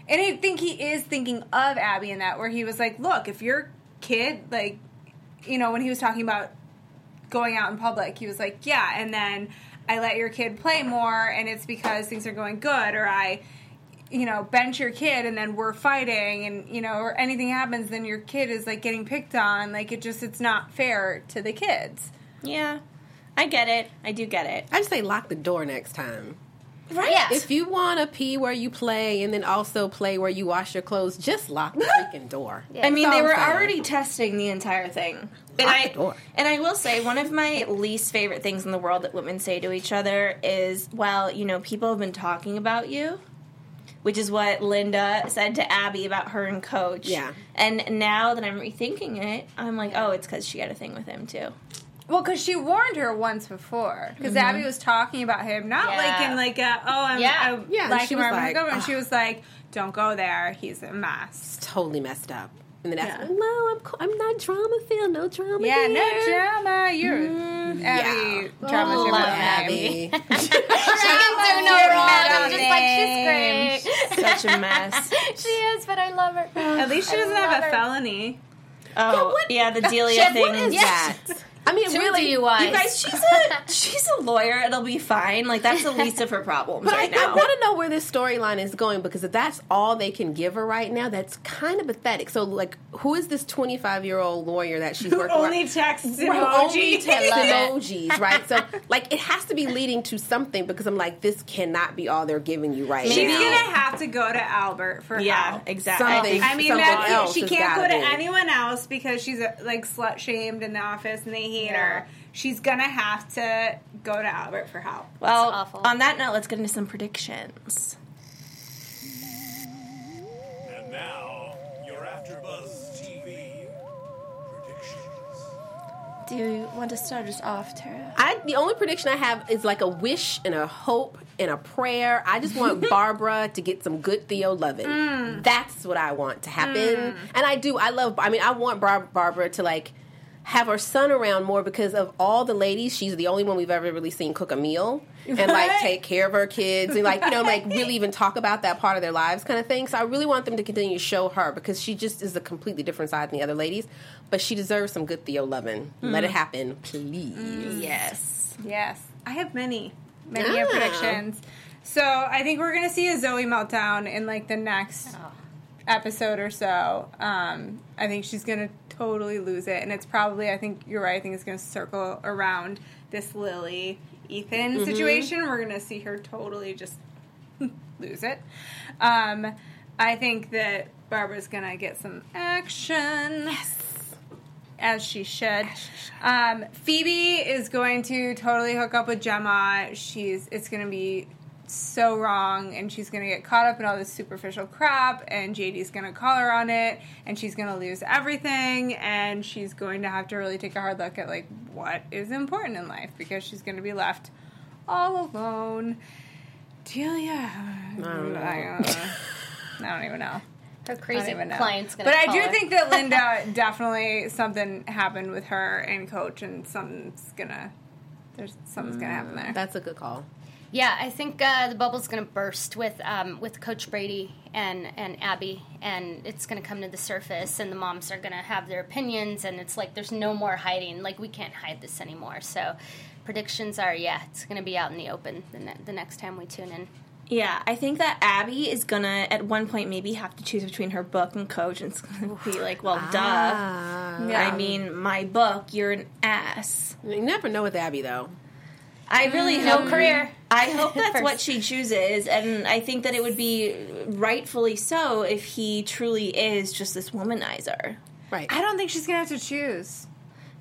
[SPEAKER 4] And I think he is thinking of Abby in that, where he was like, look, if your kid, like, you know, when he was talking about going out in public, he was like, yeah, and then I let your kid play more, and it's because things are going good, or I, you know, bench your kid, and then we're fighting, and, you know, or anything happens, then your kid is, like, getting picked on. Like, it just, it's not fair to the kids.
[SPEAKER 1] Yeah. I get it. I do get it.
[SPEAKER 3] I just say lock the door next time.
[SPEAKER 1] Right?
[SPEAKER 5] Yeah.
[SPEAKER 3] If you want to pee where you play and then also play where you wash your clothes, just lock the
[SPEAKER 1] (laughs)
[SPEAKER 3] freaking door.
[SPEAKER 1] I mean,
[SPEAKER 3] That's
[SPEAKER 1] they
[SPEAKER 3] all
[SPEAKER 1] were
[SPEAKER 3] I'm saying.
[SPEAKER 1] already testing the entire thing. And
[SPEAKER 3] Lock
[SPEAKER 1] Oh, I
[SPEAKER 3] the door.
[SPEAKER 1] and I will say one of my least favorite things in the world that women say to each other is, "Well, you know, people have been talking about you," which is what Linda said to Abby about her and Coach.
[SPEAKER 3] Yeah.
[SPEAKER 1] And now that I'm rethinking it, I'm like, "Oh, it's because she had a thing with him too."
[SPEAKER 4] Well, because she warned her once before, because Abby was talking about him, not
[SPEAKER 5] Yeah.
[SPEAKER 4] like in like a oh I'm,
[SPEAKER 5] Yeah.
[SPEAKER 4] I
[SPEAKER 3] Yeah, and
[SPEAKER 4] like
[SPEAKER 3] she
[SPEAKER 4] him
[SPEAKER 3] was
[SPEAKER 4] or I'm
[SPEAKER 3] like,
[SPEAKER 4] gonna go, and she
[SPEAKER 3] "Ugh."
[SPEAKER 4] was like, don't go there, he's a mess.
[SPEAKER 3] Totally messed up. And then after,
[SPEAKER 4] Yeah.
[SPEAKER 3] no, I'm, co- I'm not drama filled. No drama.
[SPEAKER 4] Yeah, no
[SPEAKER 3] here."
[SPEAKER 4] drama. You're Abby. Drama's
[SPEAKER 1] love
[SPEAKER 4] your middle name.
[SPEAKER 1] (laughs)
[SPEAKER 3] Abby. (laughs)
[SPEAKER 5] she can do no
[SPEAKER 4] your
[SPEAKER 5] wrong.
[SPEAKER 4] middle
[SPEAKER 5] I'm just
[SPEAKER 4] name.
[SPEAKER 5] like, she's great.
[SPEAKER 1] Such a (laughs) mess.
[SPEAKER 5] she is, but I love her.
[SPEAKER 4] At least she
[SPEAKER 5] I
[SPEAKER 4] doesn't
[SPEAKER 5] love
[SPEAKER 4] have a
[SPEAKER 5] her.
[SPEAKER 4] felony.
[SPEAKER 1] Oh, yeah, the Delia
[SPEAKER 5] Shit,
[SPEAKER 1] thing.
[SPEAKER 5] what is
[SPEAKER 3] Is that? I mean,
[SPEAKER 5] Two
[SPEAKER 3] really,
[SPEAKER 5] DUIs.
[SPEAKER 1] You guys, she's a she's a lawyer. It'll be fine. Like that's the least of her problems
[SPEAKER 3] But
[SPEAKER 1] right
[SPEAKER 3] I,
[SPEAKER 1] now.
[SPEAKER 3] I want to know where this storyline is going because if that's all they can give her right now, that's kind of pathetic. So, like, who is this 25 year old lawyer that she's working with?
[SPEAKER 4] Only texts
[SPEAKER 3] Who only
[SPEAKER 4] emoji.
[SPEAKER 3] texts
[SPEAKER 5] Love
[SPEAKER 4] (laughs)
[SPEAKER 3] emojis, right? So, like, it has to be leading to something because I'm like, this cannot be all they're giving you right
[SPEAKER 4] She's
[SPEAKER 3] now.
[SPEAKER 4] gonna have to go to Albert for
[SPEAKER 1] yeah,
[SPEAKER 4] help.
[SPEAKER 1] exactly.
[SPEAKER 3] Something.
[SPEAKER 1] I think-
[SPEAKER 4] I mean,
[SPEAKER 3] Someone
[SPEAKER 4] that's,
[SPEAKER 3] else
[SPEAKER 4] she
[SPEAKER 3] has
[SPEAKER 4] can't go
[SPEAKER 3] gotta
[SPEAKER 4] to
[SPEAKER 3] do it.
[SPEAKER 4] anyone else because she's uh, like slut shamed in the office and they hate
[SPEAKER 5] Yeah.
[SPEAKER 4] her. She's gonna have to go to Albert for help.
[SPEAKER 1] Well,
[SPEAKER 5] It's awful.
[SPEAKER 1] on that note, let's get into some predictions.
[SPEAKER 2] And now, your AfterBuzz TV predictions.
[SPEAKER 1] Do you want to start us off, Tara?
[SPEAKER 3] I the only prediction I have is like a wish and a hope and a prayer. I just want Barbara to get some good Theo loving. That's what I want to happen, and I do. I love. I mean, I want Bar- Barbara to like have her son around more because of all the ladies, she's the only one we've ever really seen cook a meal and like
[SPEAKER 4] Right.
[SPEAKER 3] take care of her kids and like you know like really even talk about that part of their lives kind of thing. So I really want them to continue to show her because she just is a completely different side than the other ladies, but she deserves some good Theo loving. Let it happen, please.
[SPEAKER 1] Yes.
[SPEAKER 4] Yes, I have many, many
[SPEAKER 3] Ah.
[SPEAKER 4] predictions. So I think we're gonna see a Zoe meltdown in like the next episode or so. Um, I think she's gonna totally lose it, and it's probably I think you're right. I think it's gonna circle around this Lily Ethan situation. We're gonna see her totally just (laughs) lose it. Um, I think that Barbara's gonna get some action. As she should. Um, Phoebe is going to totally hook up with Gemma. She's it's gonna be so wrong and she's gonna get caught up in all this superficial crap and JD's gonna call her on it and she's gonna lose everything and she's going to have to really take a hard look at like what is important in life because she's gonna be left all alone. Delia. I don't know. (laughs) I don't even know.
[SPEAKER 5] Her
[SPEAKER 4] I don't
[SPEAKER 5] crazy
[SPEAKER 4] even know.
[SPEAKER 5] client's gonna.
[SPEAKER 4] but I
[SPEAKER 5] call
[SPEAKER 4] do
[SPEAKER 5] her.
[SPEAKER 4] think that (laughs) Linda definitely something happened with her and Coach, and something's gonna there's something's gonna happen there.
[SPEAKER 3] That's a good call.
[SPEAKER 5] Yeah, I think uh, the bubble's going to burst with um, with Coach Brady and and Abby, and it's going to come to the surface, and the moms are going to have their opinions, and it's like there's no more hiding. Like we can't hide this anymore. So predictions are, yeah, it's going to be out in the open the, ne- the next time we tune in.
[SPEAKER 1] Yeah, I think that Abby is gonna at one point maybe have to choose between her book and coach, and it's gonna be like, well, duh. I mean, my book, you're an ass.
[SPEAKER 3] You never know with Abby though.
[SPEAKER 1] I really
[SPEAKER 5] No
[SPEAKER 1] hope
[SPEAKER 5] career.
[SPEAKER 1] I hope that's what
[SPEAKER 5] First.
[SPEAKER 1] she chooses, and I think that it would be rightfully so if he truly is just this womanizer.
[SPEAKER 3] Right.
[SPEAKER 4] I don't think she's gonna have to choose.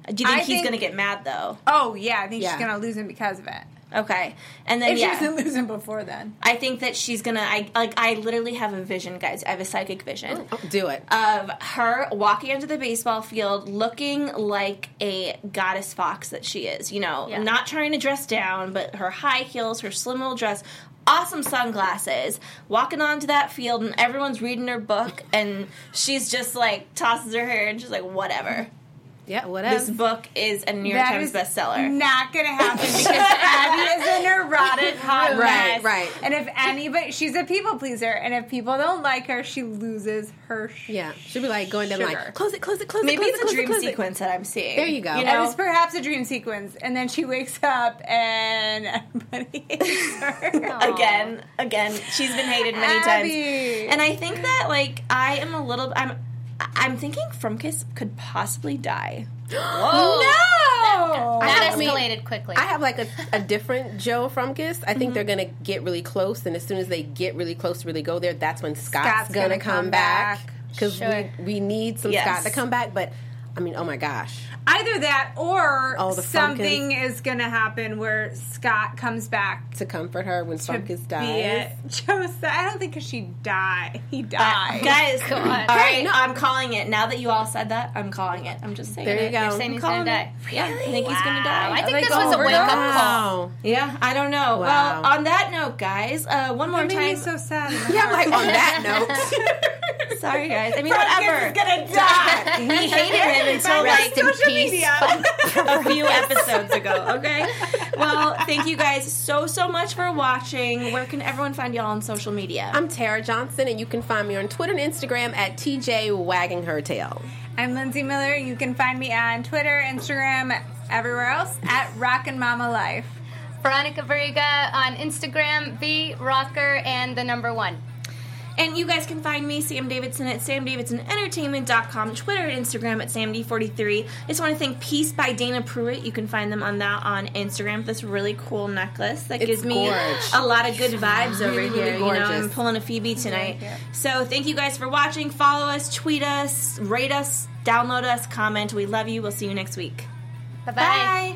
[SPEAKER 1] Do you think
[SPEAKER 4] I
[SPEAKER 1] he's
[SPEAKER 4] think-
[SPEAKER 1] gonna get mad though?
[SPEAKER 4] Oh yeah, I think
[SPEAKER 3] Yeah.
[SPEAKER 4] she's gonna lose him because of it.
[SPEAKER 1] Okay, and then
[SPEAKER 4] If
[SPEAKER 1] yeah,
[SPEAKER 4] she doesn't lose him before then,
[SPEAKER 1] I think that she's gonna. I like. I literally have a vision, guys. I have a psychic vision
[SPEAKER 3] Oh, do it.
[SPEAKER 1] of her walking onto the baseball field, looking like a goddess fox that she is. You know,
[SPEAKER 5] Yeah.
[SPEAKER 1] not trying to dress down, but her high heels, her slim little dress, awesome sunglasses, walking onto that field, and everyone's reading her book, and she's just like tosses her hair and she's like, whatever.
[SPEAKER 3] Yeah, what
[SPEAKER 1] This
[SPEAKER 3] else?
[SPEAKER 1] book is a New York
[SPEAKER 4] That
[SPEAKER 1] Times
[SPEAKER 4] is
[SPEAKER 1] bestseller.
[SPEAKER 4] Not gonna happen because Abby is a (laughs) neurotic hot
[SPEAKER 3] Right,
[SPEAKER 4] mess.
[SPEAKER 3] right.
[SPEAKER 4] And if anybody, she's a people pleaser, and if people don't like her, she loses her. Sh-
[SPEAKER 3] yeah, she'll be like going down
[SPEAKER 4] Sugar.
[SPEAKER 3] like close it, close it, close it.
[SPEAKER 1] Maybe
[SPEAKER 3] close
[SPEAKER 1] it's
[SPEAKER 3] it, close
[SPEAKER 1] a
[SPEAKER 3] it,
[SPEAKER 1] dream
[SPEAKER 3] close it.
[SPEAKER 1] sequence that I'm seeing.
[SPEAKER 3] There you go.
[SPEAKER 1] You
[SPEAKER 4] It
[SPEAKER 1] know?
[SPEAKER 4] was perhaps a dream sequence, and then she wakes up and (laughs) everybody
[SPEAKER 1] (laughs)
[SPEAKER 4] hates her.
[SPEAKER 1] again, again, she's been hated many
[SPEAKER 4] Abby.
[SPEAKER 1] times. And I think that like I am a little I'm I'm thinking Frumkiss could possibly die.
[SPEAKER 5] Whoa.
[SPEAKER 4] No!
[SPEAKER 5] That
[SPEAKER 3] Oh, I mean,
[SPEAKER 5] escalated quickly.
[SPEAKER 3] I have like a, a different Joe Frumkiss. I think they're gonna get really close, and as soon as they get really close to really go there, that's when Scott's,
[SPEAKER 4] Scott's
[SPEAKER 3] gonna,
[SPEAKER 4] gonna
[SPEAKER 3] come
[SPEAKER 4] come
[SPEAKER 3] back
[SPEAKER 4] back.
[SPEAKER 3] because
[SPEAKER 5] Sure.
[SPEAKER 3] we we need some
[SPEAKER 1] Yes.
[SPEAKER 3] Scott to come back. But I mean, oh my gosh,
[SPEAKER 4] Either that or
[SPEAKER 3] Oh, the
[SPEAKER 4] something is going to happen where Scott comes back
[SPEAKER 3] to comfort her when
[SPEAKER 4] to
[SPEAKER 3] Frumkiss
[SPEAKER 4] be
[SPEAKER 3] dies.
[SPEAKER 4] it. (laughs) Joseph, I don't think 'cause she died. He
[SPEAKER 1] Uh,
[SPEAKER 4] died.
[SPEAKER 1] (laughs) guys,
[SPEAKER 5] God.
[SPEAKER 1] all right, I'm calling it. Now that you all said that, I'm calling it. I'm just saying.
[SPEAKER 3] There you
[SPEAKER 1] it.
[SPEAKER 3] go.
[SPEAKER 5] Saying he's
[SPEAKER 1] Calling
[SPEAKER 5] gonna
[SPEAKER 1] it.
[SPEAKER 5] die.
[SPEAKER 1] Yeah, I think he's gonna die.
[SPEAKER 5] I think
[SPEAKER 1] Like,
[SPEAKER 5] this was a
[SPEAKER 1] oh, we're
[SPEAKER 5] wake up
[SPEAKER 1] done.
[SPEAKER 5] call.
[SPEAKER 3] Wow.
[SPEAKER 1] Yeah, I don't know.
[SPEAKER 3] Wow.
[SPEAKER 1] Well, on that note, guys, uh, one more
[SPEAKER 4] That made me
[SPEAKER 1] time.
[SPEAKER 4] so sad.
[SPEAKER 3] Yeah, like on that
[SPEAKER 1] (laughs)
[SPEAKER 3] note,
[SPEAKER 1] Sorry, guys. I mean,
[SPEAKER 4] Frumkiss
[SPEAKER 1] whatever.
[SPEAKER 4] is going to die.
[SPEAKER 1] We hated him until like
[SPEAKER 4] social media.
[SPEAKER 1] (laughs) a few episodes ago. Okay. Well, thank you guys so so much for watching. Where can everyone find y'all on social media?
[SPEAKER 3] I'm Tara Johnson, and you can find me on Twitter and Instagram at TJ Wagging Her Tail.
[SPEAKER 4] I'm Lindsay Miller. You can find me on Twitter, Instagram, everywhere else at Rockin' Mama Life.
[SPEAKER 5] Veronica Veriga on Instagram, the rocker and the number one.
[SPEAKER 1] And you guys can find me, Sam Davidson, at samdavidsonentertainment.com, Twitter and Instagram at samd43. Just want to thank Peace by Dana Pruitt. You can find them on that on Instagram. This really cool necklace that
[SPEAKER 3] It's
[SPEAKER 1] gives me
[SPEAKER 3] gorge.
[SPEAKER 1] a lot of good vibes over
[SPEAKER 3] Really,
[SPEAKER 1] here.
[SPEAKER 3] really
[SPEAKER 1] you know, I'm
[SPEAKER 3] gorgeous.
[SPEAKER 1] pulling a Phoebe tonight. So thank you guys for watching. Follow us, tweet us, rate us, download us, comment. We love you. We'll see you next week.
[SPEAKER 5] Bye-bye.
[SPEAKER 1] Bye.